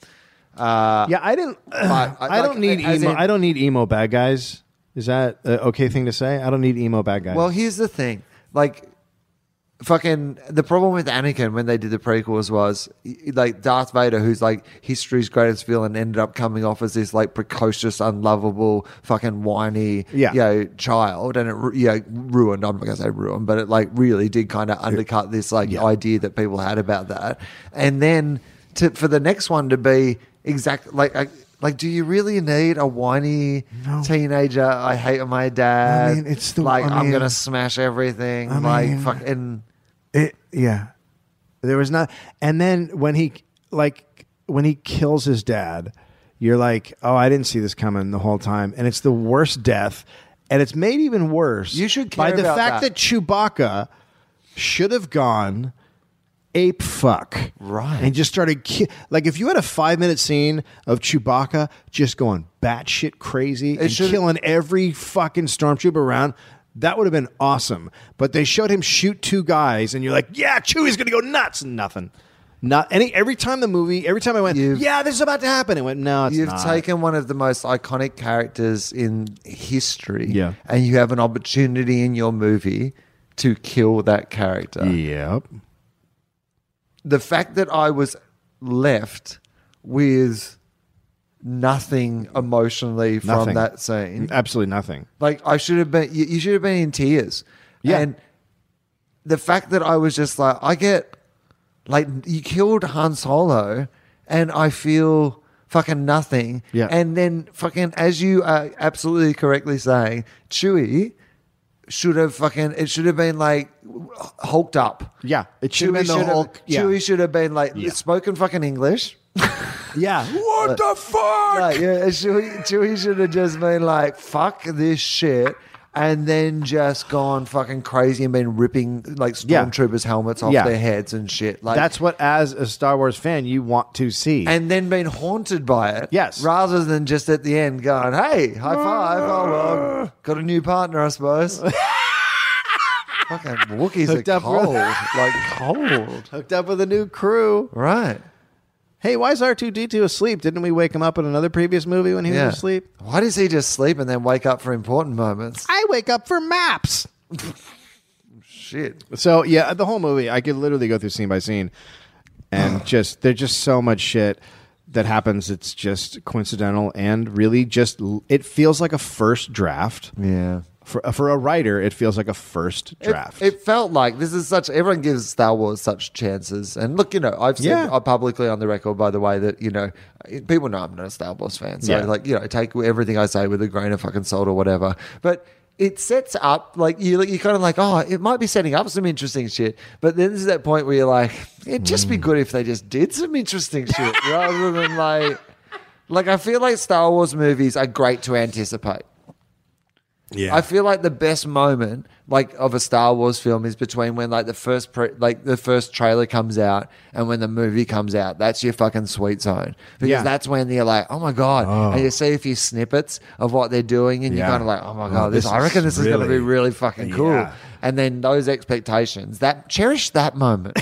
yeah, I didn't.
But
I, don't need emo.
as in-
I don't need emo bad guys. Is that an okay thing to say? I don't need emo bad guys.
Well, here's the thing. Like, fucking, the problem with Anakin when they did the prequels was, y- like, Darth Vader, who's like history's greatest villain, ended up coming off as this, like, precocious, unlovable, fucking whiny,
Yeah.
you know, child. And it, ru- you know, ruined, I'm not going to say ruined, but it, like, really did kind of undercut this, like, idea that people had about that. And then to, for the next one to be exact, like, I, like, do you really need a whiny teenager? I hate my dad.
mean, it's the-
like
I
am
mean-
gonna smash everything.
I
like
mean-
fucking
It, yeah. There was not. And then when he like when he kills his dad, you're like, oh, I didn't see this coming the whole time, and it's the worst death, and it's made even worse.
You should
by
care
the
about
fact
that.
that. Chewbacca should have gone ape fuck
Right.
and just started ki- like if you had a five minute scene of Chewbacca just going batshit crazy and
should've-
killing every fucking stormtrooper around. That would have been awesome. But they showed him shoot two guys, and you're like, yeah, Chewie's gonna go nuts. Nothing. Not any. Every time the movie, every time I went,
You've-
yeah, this is about to happen. It went, no, it's
you've
not.
taken one of the most iconic characters in history.
Yeah.
And you have an opportunity in your movie to kill that character.
Yep.
The fact that I was left with nothing emotionally from
Nothing.
that scene.
Absolutely nothing.
Like I should have been. You, you should have been in tears.
Yeah.
And the fact that I was just like, I get like you killed Han Solo, and I feel fucking nothing.
Yeah.
And then fucking, as you are absolutely correctly saying, Chewie should have fucking. It should have been like hulked up.
Yeah, it should have
Chewie
been the
should have-
Hulk- yeah.
Chewie should have been like
Yeah.
spoken fucking English.
Yeah. What the fuck?
Like, yeah, Chewie, Chewie should have just been like, fuck this shit. And then just gone fucking crazy and been ripping like
Yeah.
stormtroopers' helmets off
Yeah.
their heads and shit. Like
That's what, as a Star Wars fan, you want to see.
and then been haunted by it.
Yes.
Rather than just at the end going, hey, high five. Oh, well, got a new partner, I suppose. fucking Wookiees
Hooked
are
up with-
cold. like cold.
hooked up with a new crew.
Right.
Hey, why is R two D two asleep? Didn't we wake him up in another previous movie when he
Yeah.
was asleep?
Why does he just sleep and then wake up for important moments?
I wake up for maps.
Shit.
So yeah, the whole movie, I could literally go through scene by scene, and just there's just so much shit that happens. It's just coincidental and really just it feels like a first draft
Yeah.
for uh, for a writer. It feels like a first
It-
draft.
It, felt like this is such everyone gives Star Wars such chances. And look, you know, I've said
Yeah.
uh, publicly on the record, by the way, that you know, people know I'm not a Star Wars fan, so
Yeah.
like you know, take everything I say with a grain of fucking salt or whatever. But it sets up like you like, you're kind of like, oh, it might be setting up some interesting shit. But then there's that point where you're like, it'd just
Hmm.
be good if they just did some interesting shit rather than like, like I feel like Star Wars movies are great to anticipate.
yeah,
I feel like the best moment, like of a Star Wars film, is between when like the first pre- like the first trailer comes out and when the movie comes out. That's your fucking sweet zone because
Yeah.
that's when you're like, oh my god, and you see a few snippets of what they're doing, and you're
Yeah.
kind of like, oh my god,
Oh,
this,
this
I reckon this
is
is going to be
really-
really fucking cool.
Yeah.
And then those expectations, that cherish that moment.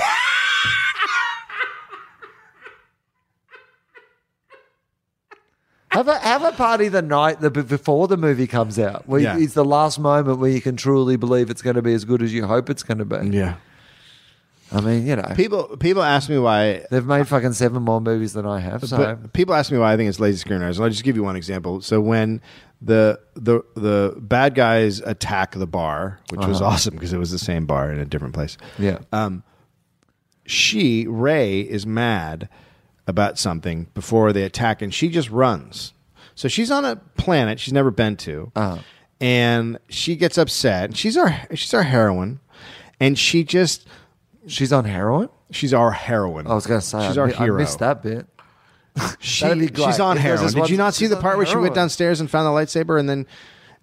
Have a have a party the night the, before the movie comes out. Where
Yeah.
it's the last moment where you can truly believe it's going to be as good as you hope it's going to be.
yeah.
I mean, you know,
People people ask me why
they've made fucking seven more movies than I have. So
But people ask me why I think it's lazy screenwriters, and I'll just give you one example. So when the the the bad guys attack the bar, which was awesome because it was the same bar in a different place.
yeah,
um, She Ray is mad about something before they attack, and she just runs. So she's on a planet she's never been to,
Uh-huh.
and she gets upset. She's our she's our heroine, and she just
She's on heroin.
She's our heroine.
I was going to say
she's
I,
our
mi-
hero.
I missed that bit.
She-
That'd be great.
She's on
If there's
heroin.
this
Did
one-
you not see
she's
the
on
part where she
heroin.
went downstairs and found the lightsaber and then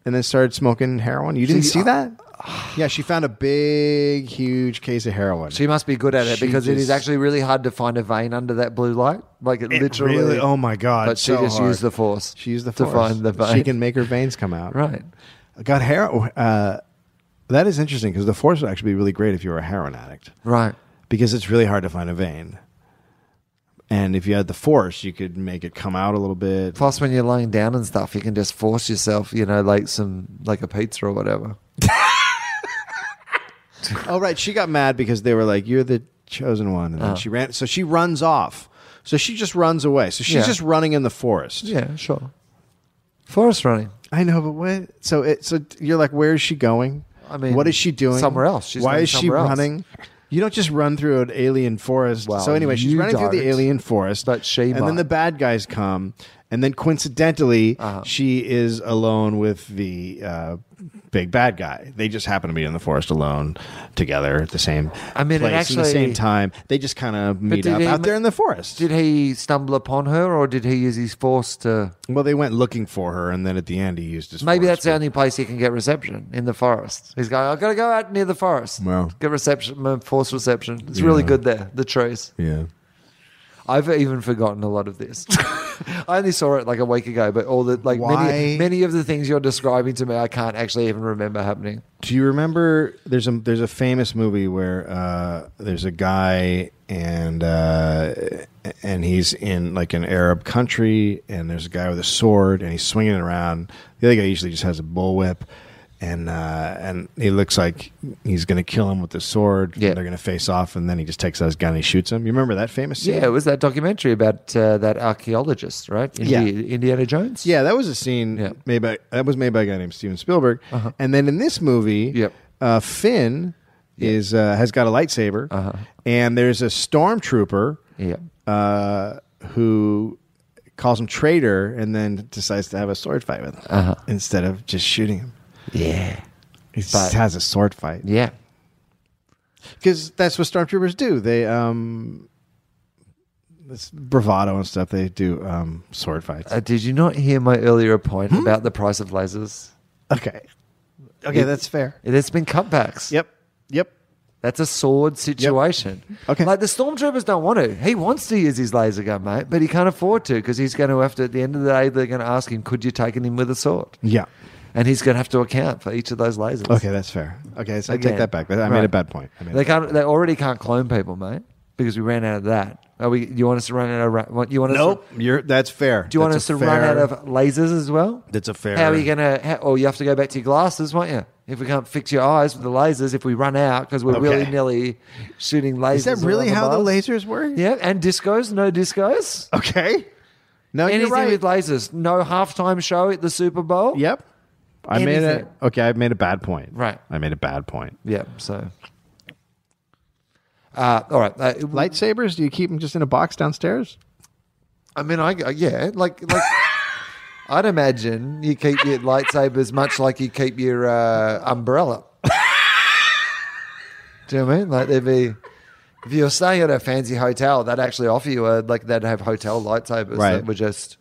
and then started smoking heroin? You didn't
She-
see that? yeah, she found a big, huge case of heroin.
She must be good at it
She
because it is
just-
actually really hard to find a vein under that blue light. Like it,
It
literally.
really- oh my god!
But
it's
she
so
just
hard.
used the force.
She used the
to
force.
find the vein.
She can make her veins come out.
right.
Got heroin. Uh, that is interesting because the force would actually be really great if you were a heroin addict
Right.
because it's really hard to find a vein. And if you had the force, you could make it come out a little bit.
Plus, when you're laying down and stuff, you can just force yourself. You know, like some like a pizza or whatever.
Oh right, she got mad because they were like, "You're the chosen one,"
Oh.
and then she ran. So she runs off. So she just runs away. So she's
Yeah.
just running in the forest.
Yeah, sure. Forest running.
I know, but what? So it. So you're like, where is she going?
I mean,
what is she doing?
somewhere else. She's
Why
going
is she
somewhere else.
running? You don't just run through an alien forest.
Well,
so anyway, she's
you
running through the
don't,
alien forest,
but she
and
might. Uh-huh.
then the bad guys come, and then coincidentally, she is alone with the uh, big bad guy. They just happen to be in the forest alone together at the same.
I mean, it
place, in the
actually-
same time, they just kind of meet
did
up
he
out
ma-
there in the forest.
Did he stumble upon her, or did he use his force to?
well, they went looking for her, and then at the end, he used his.
Maybe
force,
that's the
but-
only place he can get reception in the forest. He's going. I've got to go out near the forest.
Well.
get reception, uh, force reception. It's really
Yeah.
good there. The trees.
Yeah.
I've even forgotten a lot of this. I only saw it like a week ago, but all the like
Why?
many many of the things you're describing to me, I can't actually even remember happening.
Do you remember? There's a there's a famous movie where uh, there's a guy and uh, and he's in like an Arab country and there's a guy with a sword and he's swinging it around. The other guy usually just has a bullwhip and uh, and he looks like he's gonna kill him with the sword.
Yeah.
they're gonna face off and then he just takes out his gun and he shoots him. You remember that famous scene?
Yeah, it was that documentary about uh, that archaeologist, right?
Yeah.
Indiana Jones.
Yeah, that was a scene
Yeah.
made by that was made by a guy named Steven Spielberg. And then in this movie,
Yep.
uh, Finn is uh, has got a lightsaber, and there's a stormtrooper
yeah.
uh, who calls him traitor, and then decides to have a sword fight with him instead of just shooting him.
Yeah.
He just has a sword fight
Yeah.
because that's what stormtroopers do. They um, this bravado and stuff. They do um, sword fights.
Uh, did you not hear my earlier point
Hmm?
about the price of lasers?
okay, okay, that's fair.
There's been cutbacks.
Yep, yep.
That's a sword situation.
Okay.
Like the stormtroopers don't want to. He wants to use his laser gun, mate, but he can't afford to because he's going to have to, at the end of the day, they're going to ask him, could you take him with a sword?
Yeah.
And he's going to have to account for each of those lasers.
Okay, that's fair. Okay, so I
Again.
take that back. I made
Right.
a bad point. I made a
They
bad
can't. They already can't clone people, mate, because we ran out of that. Are we? You want us to run out of? ra- What you want us?
Nope,
To,
you're that's fair.
do you want us to run out of lasers as well?
That's a fair-
How are you gonna? How, oh, you have to go back to your glasses, won't you? If we can't fix your eyes with the lasers, if we run out because we're
Okay.
really nearly shooting lasers.
Is that really
around
how the
bars.
lasers work?
Yeah, and discos, no discos.
Okay. No,
Anything
you're right.
with lasers, no halftime show at the Super Bowl.
yep. I made a
Anything.
okay. I made a bad point.
Right.
I made a bad point.
yeah. So, uh, all right. Uh,
Lightsabers? Do you keep them just in a box downstairs?
I mean, I yeah, like like. I'd imagine you keep your lightsabers much like you keep your uh, umbrella. Do you know what I mean? Like there'd be, if you're staying at a fancy hotel, they'd actually offer you a like they'd have hotel lightsabers
Right.
that were just,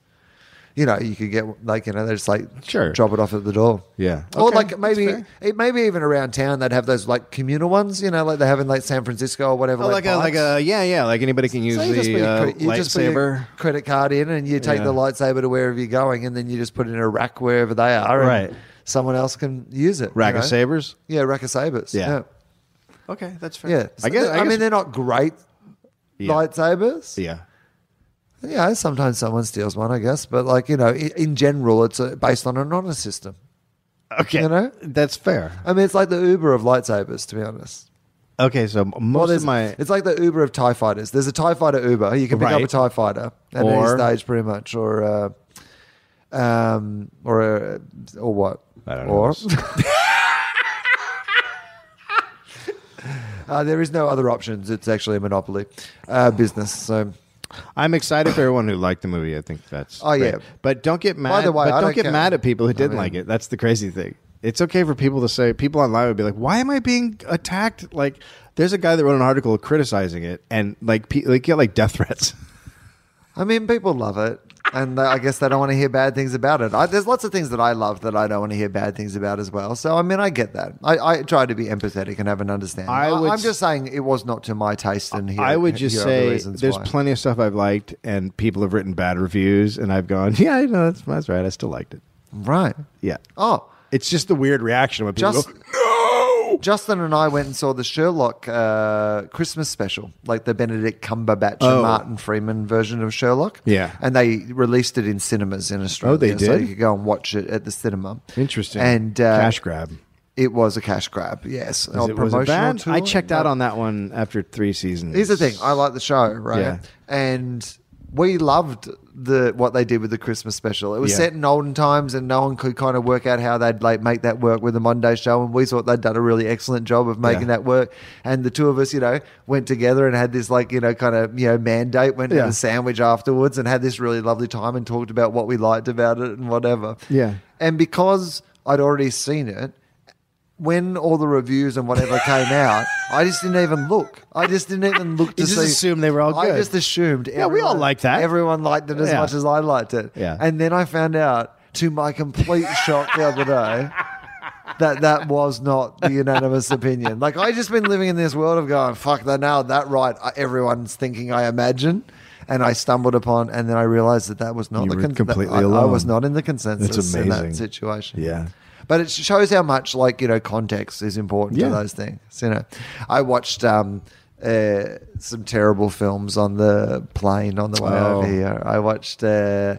you know, you could get like you know they just like
Sure.
drop it off at the door.
Yeah.
Or
Okay,
Oh, like
that's
maybe
fair.
it, maybe even around town they'd have those like communal ones, you know, like they have in like San Francisco or whatever.
Oh, like a
bikes.
like a yeah yeah like anybody can use
So you just put
the
your
uh,
credit- you just put your
lightsaber.
credit card in, and you take
Yeah.
the lightsaber to wherever you're going, and then you just put it in a rack wherever they are, and
Right.
Someone else can use it. you
Rack
know?
of sabers.
Yeah, rack of sabers.
Yeah.
Yeah,
Okay, that's fair.
yeah.
I guess.
I, mean, they're not great
Yeah.
lightsabers.
yeah.
Yeah, sometimes someone steals one, I guess, but like you know, in, in general, it's uh based on an honor system.
Okay,
You know?
that's fair.
I mean, it's like the Uber of lightsabers, to be honest.
Okay, so
Well,
most
there's-
of my
it's like the Uber of Tie Fighters. There's a Tie Fighter Uber. You can pick up a
Right.
Tie Fighter at any
Or-
stage, pretty much, or uh, um, or uh, or what?
I don't know.
or, uh, there is no other options. It's actually a monopoly uh, business. So
I'm excited for everyone who liked the movie. I think that's
Oh,
great.
yeah.
but don't get mad.
the way,
but
I
don't
don't
get
care.
mad at people who didn't
mean-
like it. That's the crazy thing. It's okay for people to say people online would be like, "Why am I being attacked?" Like, there's a guy that wrote an article criticizing it, and like, pe- like get like death threats.
I mean, people love it, and they, I guess they don't want to hear bad things about it. I, there's lots of things that I love that I don't want to hear bad things about as well. So I mean, I get that. I, I try to be empathetic and have an understanding.
I
I
would
am just saying it was not to my taste, and here,
I would just
here are the
say
reasons
there's
why.
plenty of stuff I've liked, and people have written bad reviews, and I've gone, "Yeah, I know that's, that's right. I still liked it."
right.
Yeah.
Oh,
It's just the weird reaction when people
Just-
go, "No."
Justin and I went and saw the Sherlock uh, Christmas special, like the Benedict Cumberbatch
Oh.
and Martin Freeman version of Sherlock.
Yeah. Oh,
and they released it in cinemas in Australia.
they
So
did?
you could go and watch it at the cinema.
Interesting.
And uh,
cash grab.
It was a cash grab. Yes.
Is
Or
it- was it
promotional
bad?
tour.
I checked out
No.
on that one after three seasons.
Here's the thing. I like the show, right?
Yeah.
And we loved the what they did with the Christmas special. It was
Yeah.
set in olden times, and no one could kind of work out how they'd like make that work with the Monday show. And we thought they'd done a really excellent job of making
Yeah.
that work. And the two of us, you know, went together and had this like you know kind of you know mandate. Went and
Yeah.
had a sandwich afterwards and had this really lovely time and talked about what we liked about it and whatever.
Yeah.
And because I'd already seen it, when all the reviews and whatever came out, I just didn't even look. I just didn't even look to
You just
see.
assumed they were all
I
good.
just assumed. Yeah,
we all liked that.
Everyone liked it as
Yeah.
much as I liked it.
Yeah.
And then I found out, to my complete shock, the other day. That that was not the unanimous opinion. Like I just been living in this world of going, fuck, they nailed that right. I- Everyone's thinking I imagine, and I stumbled upon, and then I realized that that was not
You
the
were
that
completely
I, I was
alone.
not in the consensus in
amazing.
that situation.
Yeah.
But it shows how much, like, you know, context is important
Yeah.
to those things. You know, I watched um, uh, some terrible films on the plane on the way
Oh.
over here. I watched uh,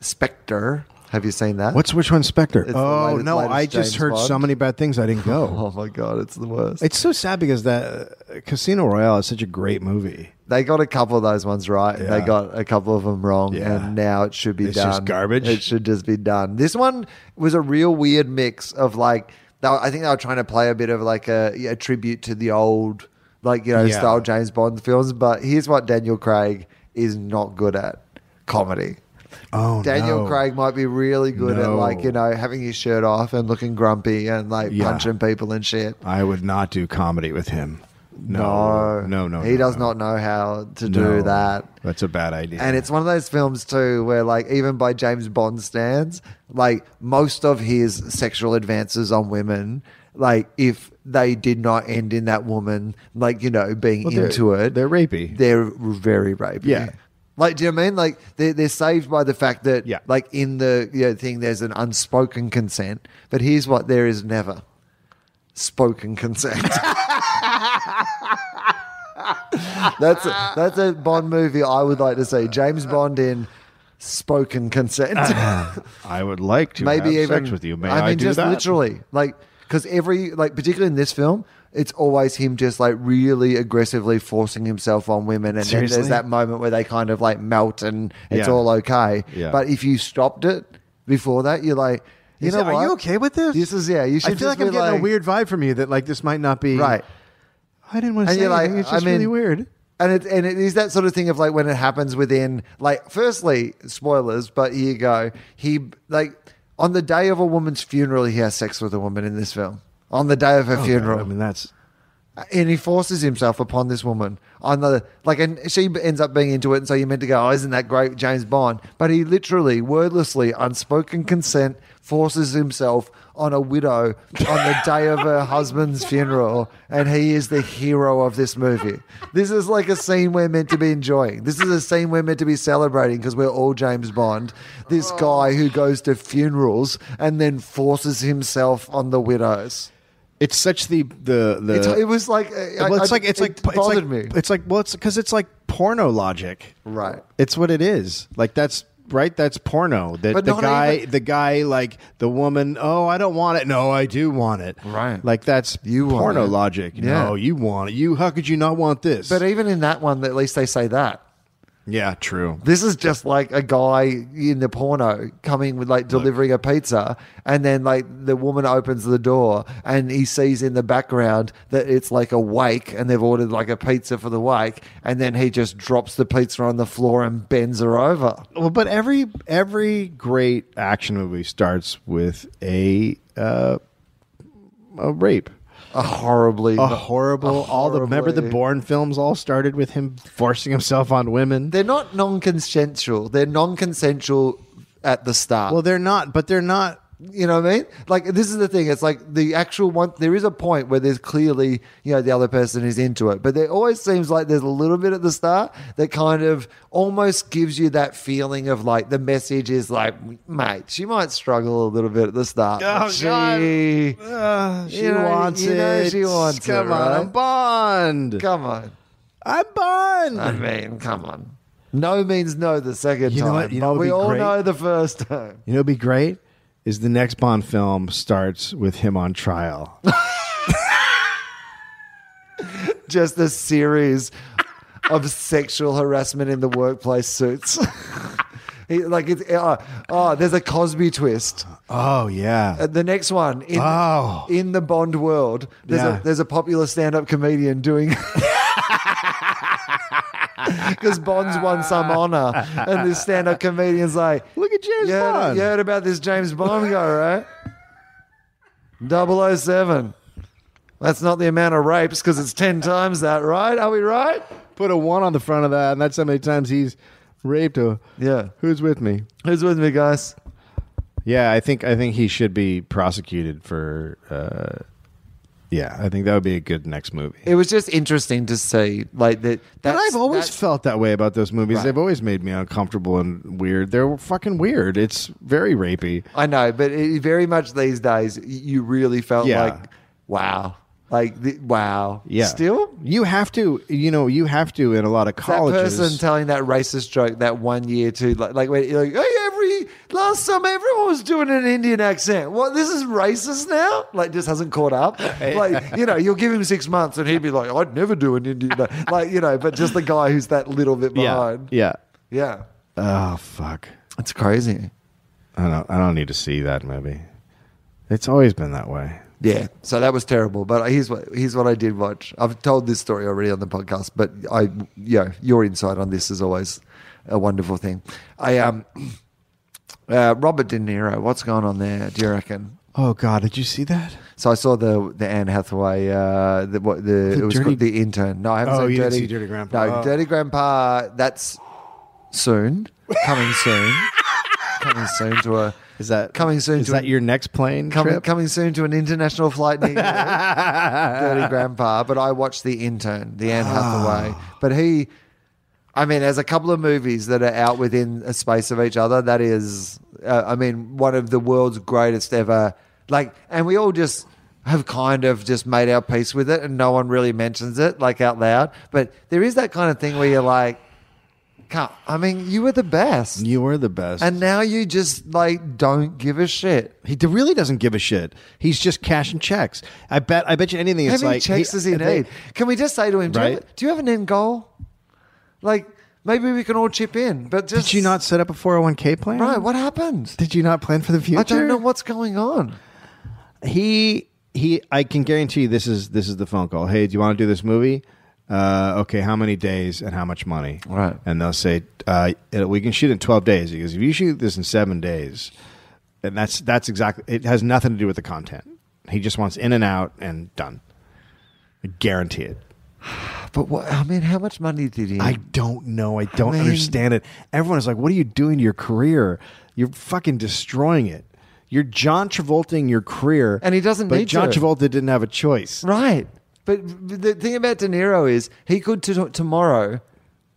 Spectre. Have you seen that?
What's which one, Spectre?
It's the
oh
latest-
no,
latest
I just
James
heard so
Bond.
many bad things. I didn't go.
Oh my god, it's the worst.
it's so sad because that uh, Casino Royale is such a great movie.
they got a couple of those ones right.
Yeah.
They got a couple of them wrong,
Yeah.
and now it should be
It's
done.
just garbage.
It should just be done. This one was a real weird mix of like, they were- I think they were trying to play a bit of like a, a tribute to the old, like you know,
Yeah.
style James Bond films. But here's what Daniel Craig is not good at: comedy.
Oh,
Daniel
no.
Craig might be really good at
No.
like you know having his shirt off and looking grumpy and like
Yeah.
punching people and shit.
I would not do comedy with him. No,
No,
no, no.
He
no,
does
no.
not know how to
No.
do that.
That's a bad idea.
And it's one of those films too, where like even by James Bond stands, like most of his sexual advances on women, like if they did not end in that woman, like you know, being
Well, they're-
into it,
they're rapey.
They're very rapey.
Yeah.
Like, do you know what I mean like they're they're saved by the fact that
Yeah.
like in the you know, thing there's an unspoken consent, but here's what there is never spoken consent. That's a, that's a Bond movie I would like to see. James Bond in spoken consent.
Uh-huh. I would like to
Maybe
have
even
sex with you. May
I
I,
mean,
do
just
that?
literally like because every like particularly in this film, it's always him just like really aggressively forcing himself on women, and then
Seriously?
there's that moment where they kind of like melt and it's
Yeah.
all okay.
Yeah.
But if you stopped it before that, you're like, you
Is
know
it-
what?
Are you okay with this?
This is yeah. You should
I feel
just
like I'm
be
getting a weird vibe from you that like this might not be
right.
I didn't want to
And
say
you're like,
anything. It's
I
just really
mean-
weird.
And it and it is that sort of thing of like when it happens within like firstly spoilers, but here you go. He like on the day of a woman's funeral, he has sex with a woman in this film. On the day of her funeral,
I mean, that's
and he forces himself upon this woman on the like, and she ends up being into it, and so you're meant to go, oh, isn't that great, James Bond? But he literally, wordlessly, unspoken consent, forces himself on a widow on the day of her husband's funeral, and he is the hero of this movie. This is like a scene we're meant to be enjoying. This is a scene we're meant to be celebrating because we're all James Bond. This guy who goes to funerals and then forces himself on the widows.
it's such the the the.
It's, it was like uh, I-
well, it's
I-
like it's like
it
it's like,
bothered me.
It's like well, it's because it's like porno logic,
Right.
It's what it is. Like that's right. That's porno. That
But
the
not
guy,
even-
the guy, like the woman. Oh, I don't want it. No, I do want it.
Right.
Like that's
You want
porno
it.
logic.
Yeah.
No, you want it. You. How could you not want this?
But even in that one, at least they say that.
yeah, true.
This is just like a guy in the porno coming with like delivering a pizza, and then like the woman opens the door and he sees in the background that it's like a wake, and they've ordered like a pizza for the wake, and then he just drops the pizza on the floor and bends her over.
Well, but every every great action movie starts with a uh, a rape.
A horribly.
A horrible, all Oh, the remember the
horribly-
Bourne films all started with him forcing himself on women.
They're not non-consensual. They're non-consensual at the start.
well, they're not, but they're not.
You know what I mean? Like this is the thing. It's like the actual one. There is a point where there's clearly you know the other person is into it, but there always seems like there's a little bit at the start that kind of almost gives you that feeling of like the message is like, mate, she might struggle a little bit at the start.
Oh,
she, Ah,
Uh, she
You know-
wants
you know
it.
she wants it,
Come on,
right?
I'm Bond. Uh.
come on.
I'm Bond.
I mean, come on. No means no the second
You know
time.
what- you know
but
what'd
we
be
all
great?
know the first time.
You know, it'd be great is the next Bond film starts with him on trial.
Just a series of sexual harassment in the workplace suits. He- like it's oh, oh, there's a Cosby twist.
oh yeah.
Uh, the next one in,
Oh.
in the Bond world, there's
Yeah.
a there's a popular stand-up comedian doing because Bond's won some honor, and this stand-up comedian's like,
Look at James
you heard,
Bond.
you heard about this James Bond guy, right? 007. That's not the amount of rapes because it's 10 times that, right? Are we right?
Put a one on the front of that, and that's how many times he's raped a.
Yeah.
Who's with me?
Who's with me, guys?
Yeah, I think I think he should be prosecuted for. Uh, yeah, I think that would be a good next movie.
It was just interesting to see, like, that.
and
that's-
I've always
that's-
felt that way about those movies.
Right.
They've always made me uncomfortable and weird. They're fucking weird. It's very rapey.
I know, but it, very much these days, y- you really felt
Yeah.
like, wow. Like, the, wow.
Yeah.
Still?
you have to. You know, you have to in a lot of
that
colleges.
person telling that racist joke that one year too, like like, when, like hey, every last summer everyone was doing an Indian accent. What this is racist now? Like just hasn't caught up. Like you know, you'll give him six months and he'd be like, I'd never do an Indian ac-" like you know, but just the guy who's that little bit
yeah,
behind.
yeah.
Yeah,
Oh fuck.
it's crazy.
I don't. I don't need to see that movie. It's always been that way.
Yeah, so that was terrible. But here's what here's what I did watch. I've told this story already on the podcast, but I yeah, your insight on this is always a wonderful thing. I um, uh, Robert De Niro, what's going on there? Do you reckon?
Oh God, did you see that?
So I saw the the Anne Hathaway uh, the what the, it was
Dirty-
called the intern. No, I haven't
Oh,
seen
you didn't
Dirty,
see Dirty Grandpa.
No,
Oh.
Dirty Grandpa. That's soon coming soon coming soon to a
Is that
Coming soon
Is
to
that
an-
your next plane
coming
trip?
coming soon to an international flight near you. Dirty Grandpa. But I watched The Intern, the Anne Hathaway. But he, I mean, there's a couple of movies that are out within a space of each other. That is, uh, I mean, one of the world's greatest ever. Like, and we all just have kind of just made our peace with it, and no one really mentions it like out loud. But there is that kind of thing where you're like, can't, I mean, you were the best.
you were the best.
and now you just like don't give a shit.
He d- really doesn't give a shit. He's just cashing checks. I bet. I bet you anything.
How
It's
many
like uh,
checks does he
they-
need? Can we just say to him, do, you
Right.
have, do you have an end goal? Like, maybe we can all chip in, but just.
Did you not set up a four hundred one k plan?
Right, what happened?
Did you not plan for the future?
I don't know what's going on.
he he. I can guarantee you this is this is the phone call. Hey, do you want to do this movie? Uh, okay, how many days and how much money?
Right.
And they'll say uh, it- we can shoot in twelve days. He goes, if you shoot this in seven days, and that's that's exactly. It has nothing to do with the content. He just wants in and out and done. I guarantee it.
But what, I mean, how much money did he?
I don't know. I don't
mean-
understand it. Everyone is like, "What are you doing to your career? You're fucking destroying it. You're John Travolting your career."
And he doesn't
but
need
John
to.
Travolta didn't have a choice.
right. But the thing about De Niro is he could to tomorrow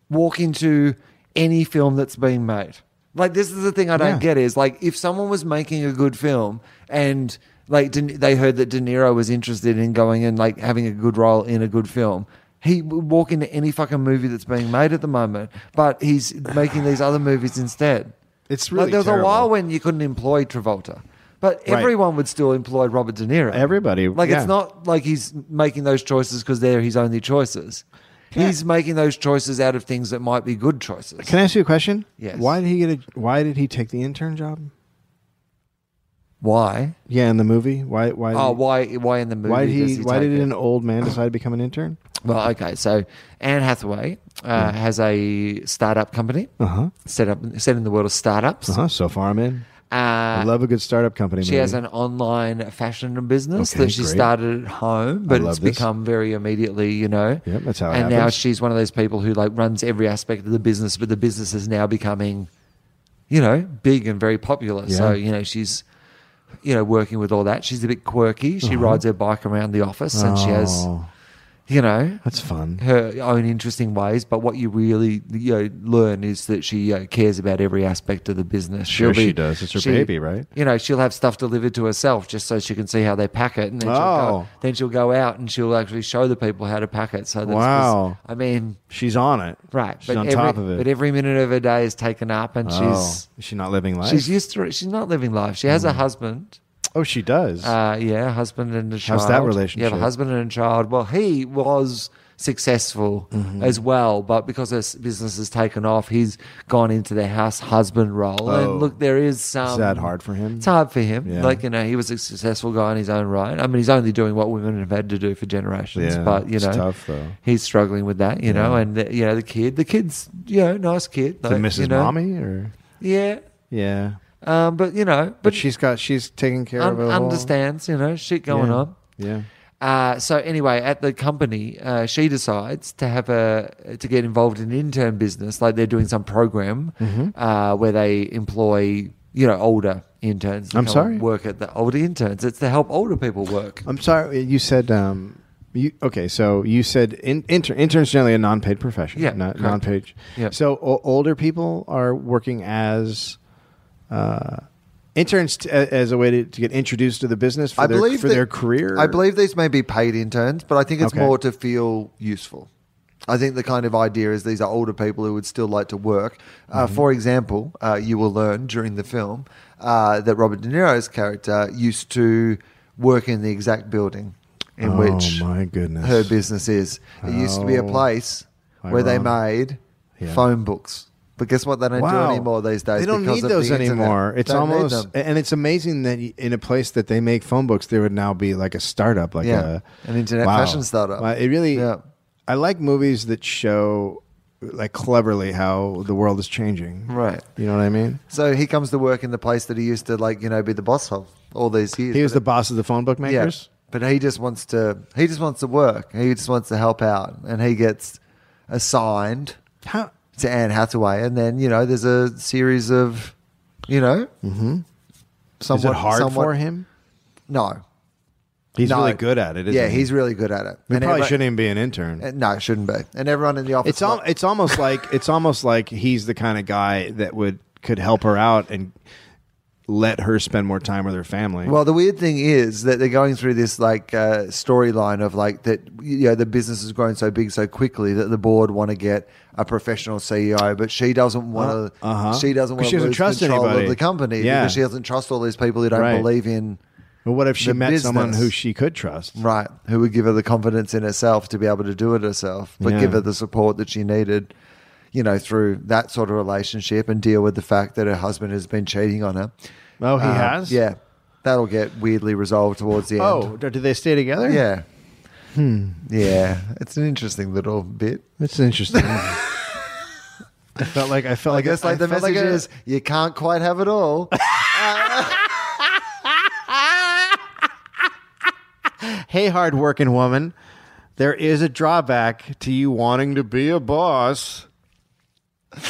walk into any film that's being made. Like, this is the thing I don't
Yeah.
get is like, if someone was making a good film and like De- they heard that De Niro was interested in going and like having a good role in a good film, he would walk into any fucking movie that's being made at the moment, but he's making these other movies instead.
It's
Like,
really
there was
terrible.
a while when you couldn't employ Travolta, but
Right.
everyone would still employ Robert De Niro.
Everybody,
Like,
yeah.
it's not not like he's making those choices because they're his only choices. He's making those choices out of things that might be good choices.
Can I ask you a question?
Yes.
Why did he get a? Why did he take the intern job?
why?
Yeah, in the movie. Why? Why?
Oh,
did
why? Why in the
he,
movie?
why did
does
he? why
take
did
it?
an old man decide to become an intern?
Well, okay. So Anne Hathaway uh,
Mm.
has a startup company
Uh huh.
set up set in the world of startups.
Uh huh. So far, I'm in. Uh-huh. I love a good startup company.
She
movie.
has an online fashion business
Okay,
that she
great.
started at home, but
love
it's
this.
become very immediately, you know.
Yep, that's how it
And now
happens.
she's one of those people who like runs every aspect of the business, but the business is now becoming, you know, big and very popular. So
Yeah.
you know she's, you know, working with all that. She's a bit quirky. She rides her bike around the office, and she has,
Uh-huh. Oh,
you know,
that's fun.
her own interesting ways. But what you really you know, learn is that she uh, cares about every aspect of the business.
Sure
She'll
she does. It's her baby, right?
You know, she'll have stuff delivered to herself just so she can see how they pack it, and then, she'll,
Oh.
go, then she'll go out and she'll actually show the people how to pack it. So that's 'cause-
Wow.
I mean,
She's on it.
right?
She's
but
on
every,
top of it.
But every minute of her day is taken up, and
oh, Mm.
she's
is she not living life?
she's used to it. She's not living life. She has a husband.
oh, she does.
Uh, yeah, a husband and a child.
How's that
You
relationship?
have a husband and a child. Well, he was successful
Mm-hmm.
as well, but because his business has taken off, he's gone into the house husband role.
Oh.
And look, there is some.
is that hard for him?
It's hard for him.
Yeah.
Like, you know, he was a successful guy in his own right. I mean, he's only doing what women have had to do for generations,
Yeah,
but, you
it's
know,
tough, though.
he's struggling with that, you know, and, the, you know, the kid, the kid's, you know, nice kid.
the
like,
Mrs.
you know,
Mommy, or
Yeah.
yeah,
Um, but, you know,
but
but,
she's got she's taking care
un-
of it. all.
understands, you know, shit
Yeah.
going on.
Yeah.
Uh, so anyway, at the company, uh, she decides to have a to get involved in an intern business. Like they're doing some program
Mm-hmm.
uh, where they employ you know older interns. to
I'm
come
sorry?
work at the older interns. It's to help older people work.
I'm sorry. You said um, you okay? So you said in, intern interns generally a non-paid profession.
Yeah,
not,
correct.
non-paid.
Yeah.
So o- older people are working as uh, interns t- a- as a way to, to get introduced to the business for
I
their
believe
for
that-
their career.
I believe these may be paid interns, but I think it's
Okay.
more to feel useful. I think the kind of idea is these are older people who would still like to work. Uh,
Mm-hmm.
for example, uh, you will learn during the film uh, that Robert De Niro's character used to work in the exact building in
Oh,
which
my goodness.
her business is. It used to be a
How
place where they made
Yeah.
phone books. But guess what? They don't do anymore these days.
They don't
because
need
of the
those
internet.
anymore. It's
Don't need
almost
them.
and it's amazing that y- in a place that they make phone books, there would now be like a startup, like
Yeah,
a
an internet fashion startup.
Wow, It really,
Yeah.
I like movies that show like cleverly how the world is changing.
Right.
You know what I mean?
So he comes to work in the place that he used to like, you know, be the boss of all these years.
He was
But-
the boss of the phone book makers.
But he just wants to he just wants to work. He just wants to help out. And he gets assigned
How?
to Anne Hathaway and then, you know, there's a series of you know
Mm-hmm. Is
somewhat-
it hard
somewhat-
for him?
No.
He's
No.
really good at it. Isn't
yeah,
he?
he's really good at it.
He
And
probably
every-
shouldn't even be an intern.
uh, No, it shouldn't be. And everyone in the office
It's al-
like-
it's almost like it's almost like he's the kind of guy that would could help her out and let her spend more time with her family.
Well, the weird thing is that they're going through this like uh, storyline of like that you know the business has grown so big so quickly that the board want to get a professional CEO, but she doesn't want to.
uh-huh.
She doesn't
'Cause
want
she
to
doesn't
lose
trust
control
anybody.
of the company
Yeah.
because she doesn't trust all these people who don't
Right.
believe in
But what if she
the
met someone
business.
who she could trust?
right who would give her the confidence in herself to be able to do it herself, but
Yeah.
give her the support that she needed. You know, through that sort of relationship and deal with the fact that her husband has been cheating on her.
Oh, he
Uh,
has.
Yeah. That'll get weirdly resolved towards the end.
Oh, do do they stay together?
Yeah.
Hmm.
Yeah, it's an interesting little bit.
that's interesting. I felt like I felt
I
like
guess like the
felt
message
a-
is you can't quite have it all.
hey, hardworking woman, there is a drawback to you wanting to be a boss.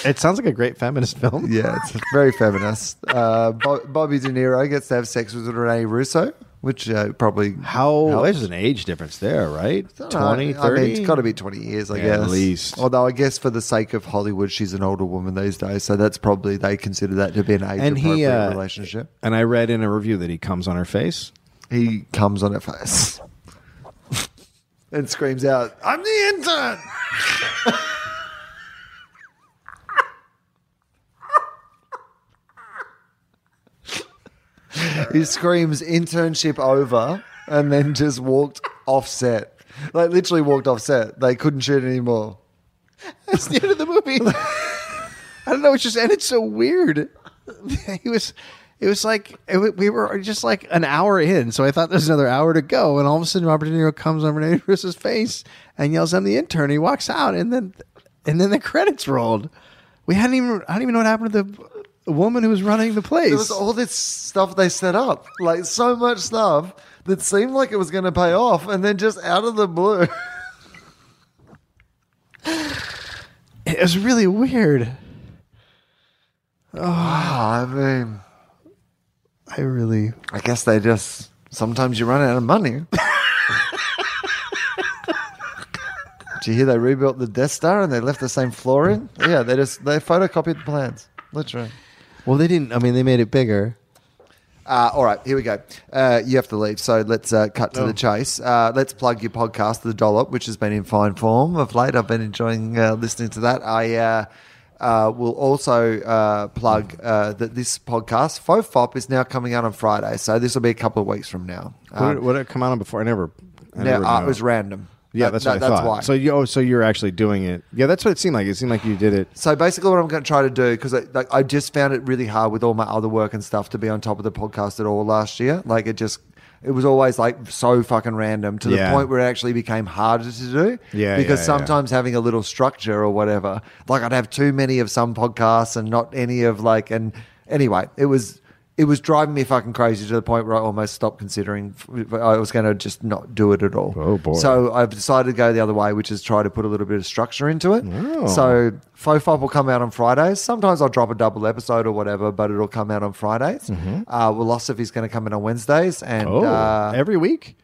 It sounds like a great feminist film.
yeah, it's very feminist. Uh, Bo- Bobby De Niro gets to have sex with Renee Russo, which uh, probably
How
How-
there's an age difference there, right?
I don't know.
20, 30?
I mean, it's got to be twenty years, I
Yeah, at
guess.
least.
Although I guess for the sake of Hollywood, she's an older woman these days, so that's probably they consider that to be an age
And he,
appropriate
uh,
relationship.
And I read in a review that he comes on her face.
He comes on her face and screams out, "I'm the intern." he screams internship over and then just walked off set. Like literally walked off set. They couldn't shoot anymore.
That's the end of the movie. I don't know. It's just ended so weird. It was, it was like it, wa- we were just like an hour in, so I thought there's another hour to go, and all of a sudden Robert De Niro comes on Renee Russo's face and yells, "I'm the intern." He walks out, and then, and then the credits rolled. We hadn't even. I don't even know what happened to the. woman who was running the place.
There was all this stuff they set up, like so much stuff that seemed like it was going to pay off, and then just out of the blue.
it was really weird.
Ah, I mean,
I really.
I guess they just sometimes you run out of money. Did you hear they rebuilt the Death Star and they left the same flooring? Yeah, they just they photocopied the plans, literally.
Well, they didn't. I mean, they made it bigger.
Uh, all right, here we go. Uh, you have to leave, so let's uh, cut to the chase. Uh, let's plug your podcast, The Dollop, which has been in fine form of late. I've been enjoying uh, listening to that. I uh, uh, will also uh, plug uh, that this podcast, Fofop, is now coming out on Friday, so this will be a couple of weeks from now. Um,
What, did, what did it come out on before? I never. I
Now,
never
uh,
know.
it was random.
Yeah,
That-
that's
that-
what I
that's
thought.
why.
So you, oh, so you're actually doing it? Yeah, that's what it seemed like. It seemed like you did it.
So basically, what I'm going to try to do because I, like, I just found it really hard with all my other work and stuff to be on top of the podcast at all last year. Like it just, it was always like so fucking random to
Yeah.
the point where it actually became harder to do.
Yeah,
because
yeah, yeah.
sometimes having a little structure or whatever, like I'd have too many of some podcasts and not any of like and anyway, it was. It was driving me fucking crazy to the point where I almost stopped considering f- I was going to just not do it at all.
Oh, boy.
So so I've decided to go the other way, which is try to put a little bit of structure into it.
Oh.
So Fofop will come out on Fridays. Sometimes I'll drop a double episode or whatever, but it'll come out on Fridays. Uh, Willosophy's going to come in on Wednesdays, and
Mm-hmm. Oh,
uh,
every week.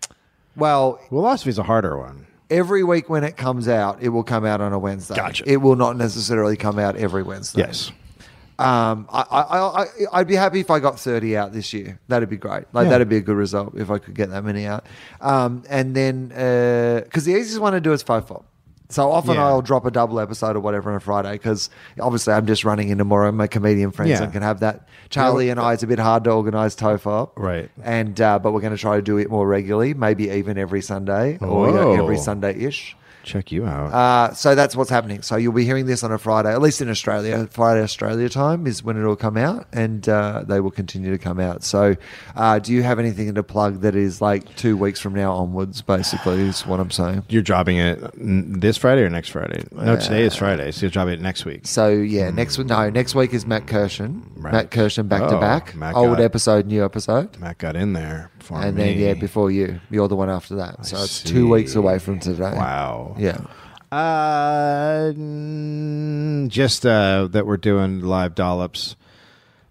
well,
Philosophy's a harder one.
every week when it comes out, it will come out on a Wednesday.
Gotcha.
It will not necessarily come out every Wednesday.
Yes.
Um, I, I, I, I- I'd be happy if I got 30 out this year. That'd be great. Like,
Yeah.
that'd be a good result if I could get that many out. Um, and then, because the easiest one to do is five fob. So often
Yeah.
I'll drop a double episode or whatever on a Friday because obviously I'm just running into more of my comedian friends
Yeah.
and can have that. Charlie and I, it's a bit hard to organize TOEFOP.
Right.
And, uh, but we're going to try to do it more regularly, maybe even every Sunday or you know,
Whoa.
every Sunday ish.
Check you out.
Uh, so that's what's happening. So you'll be hearing this on a Friday, at least in Australia. Friday Australia time is when it'll come out, and uh, they will continue to come out. So, uh, do you have anything to plug that is like two weeks from now onwards? Basically, is what I'm saying.
you're dropping it n- this Friday or next Friday? No, today is Friday, so you'll drop it next week.
So yeah, next week. No, next week is Matt Kirshen.
Hmm. Right.
Matt Kirshen back to
Oh,
back.
Matt
Old
got-
episode, new episode.
Matt got in there for
And
me.
then yeah, before you, you're the one after that. So it's two weeks
see.
away from today.
Wow.
Yeah.
Uh, mm, just uh, that we're doing live dollops.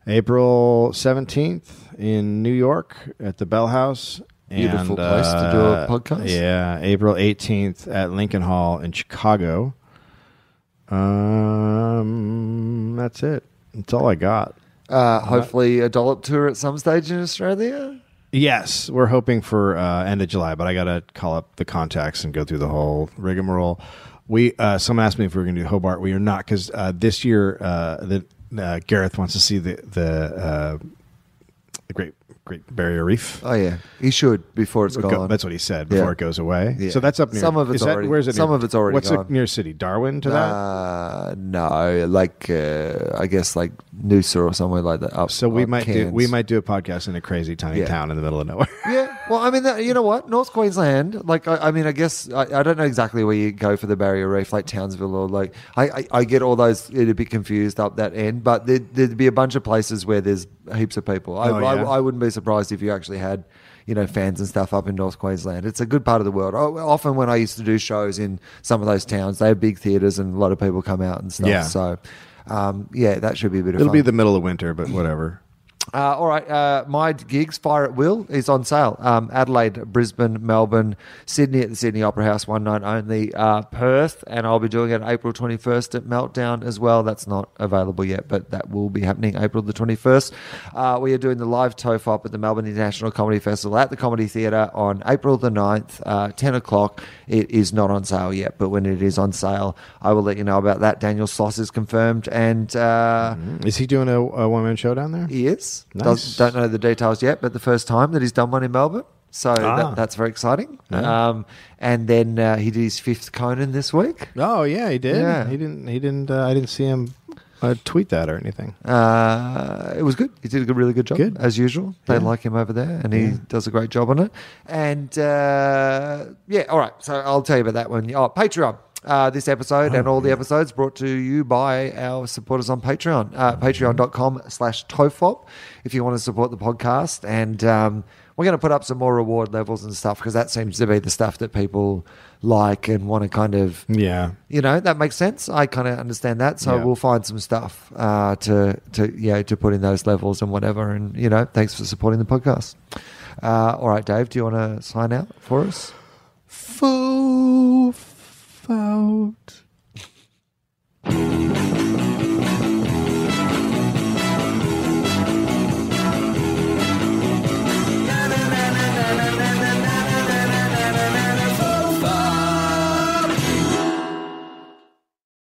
April 17th in New York at the Bell House.
Beautiful place to do a
uh,
podcast.
Yeah. April 18th at Lincoln Hall in Chicago. Um, that's it. That's all I got.
Uh, hopefully, a dollop tour at some stage in Australia.
Yes, we're hoping for uh, end of July, but I gotta call up the contacts and go through the whole rigmarole. We uh, someone asked me if we were gonna do Hobart. We are not because uh, this year uh, the uh, Gareth wants to see the the, uh, the Great Great Barrier Reef.
Oh yeah, he should before it's
Go-
gone.
that's what he said before
Yeah.
it goes away.
Yeah.
So that's up near.
Some of it's
is that-
already-
Where's it?
some
near-
of it's already
What's
gone.
the near city? Darwin to that.
Uh, no, like uh, I guess like Noosa or somewhere like that. Up,
So we
up
might do
Cairns.
we might do a podcast in a crazy tiny
Yeah.
town in the middle of nowhere.
Yeah, well, I mean, that, you know what, North Queensland. Like, I, I mean, I guess I, I don't know exactly where you go for the Barrier Reef, like Townsville or like I, I, I get all those. It'd be confused up that end, but there'd, there'd be a bunch of places where there's heaps of people. I,
Oh, yeah.
I, I wouldn't be surprised if you actually had. You know, fans and stuff up in North Queensland. It's a good part of the world. O- Often, when I used to do shows in some of those towns, they have big theaters and a lot of people come out and stuff.
Yeah.
So, um, yeah, that should be a bit of
It'll
fun.
be the middle of winter, but whatever.
Uh, all right, uh, my gigs, Fire at Will, is on sale. Um, Adelaide, Brisbane, Melbourne, Sydney at the Sydney Opera House, one night only. Uh, Perth, and I'll be doing it April 21st at Meltdown as well. That's not available yet, but that will be happening April the 21st. Uh, we are doing the live TOEFOP at the Melbourne International Comedy Festival at the Comedy Theatre on April the 9th, uh, 10 o'clock. It is not on sale yet, but when it is on sale, I will let you know about that. Daniel Sloss is confirmed, and. Uh,
Is he doing a, a one man show down there?
he is.
Nice.
Does, don't know the details yet, but the first time that he's done one in Melbourne. So
Ah.
that, that's very exciting. Um, and then uh, he did his fifth Conan this week.
Oh yeah, he did.
Yeah.
He didn't. He didn't. Uh, I didn't see him uh, tweet that or anything.
Uh, it was good. He did a good, really good job,
Good.
as usual. They
Yeah.
like him over there, and he does a great job on it. And uh, yeah, all right. So I'll tell you about that one. Oh, Patreon. Uh, this episode
Oh,
and all the episodes brought to you by our supporters on Patreon, uh, patreon.com slash tofop if you want to support the podcast. And um, we're going to put up some more reward levels and stuff because that seems to be the stuff that people like and want to kind of
Yeah.
you know that makes sense. I kind of understand that, so
Yeah.
we'll find some stuff uh, to to you know, to put in those levels and whatever. And you know, thanks for supporting the podcast. Uh, all right, Dave, do you want to sign out for us?
Faux out.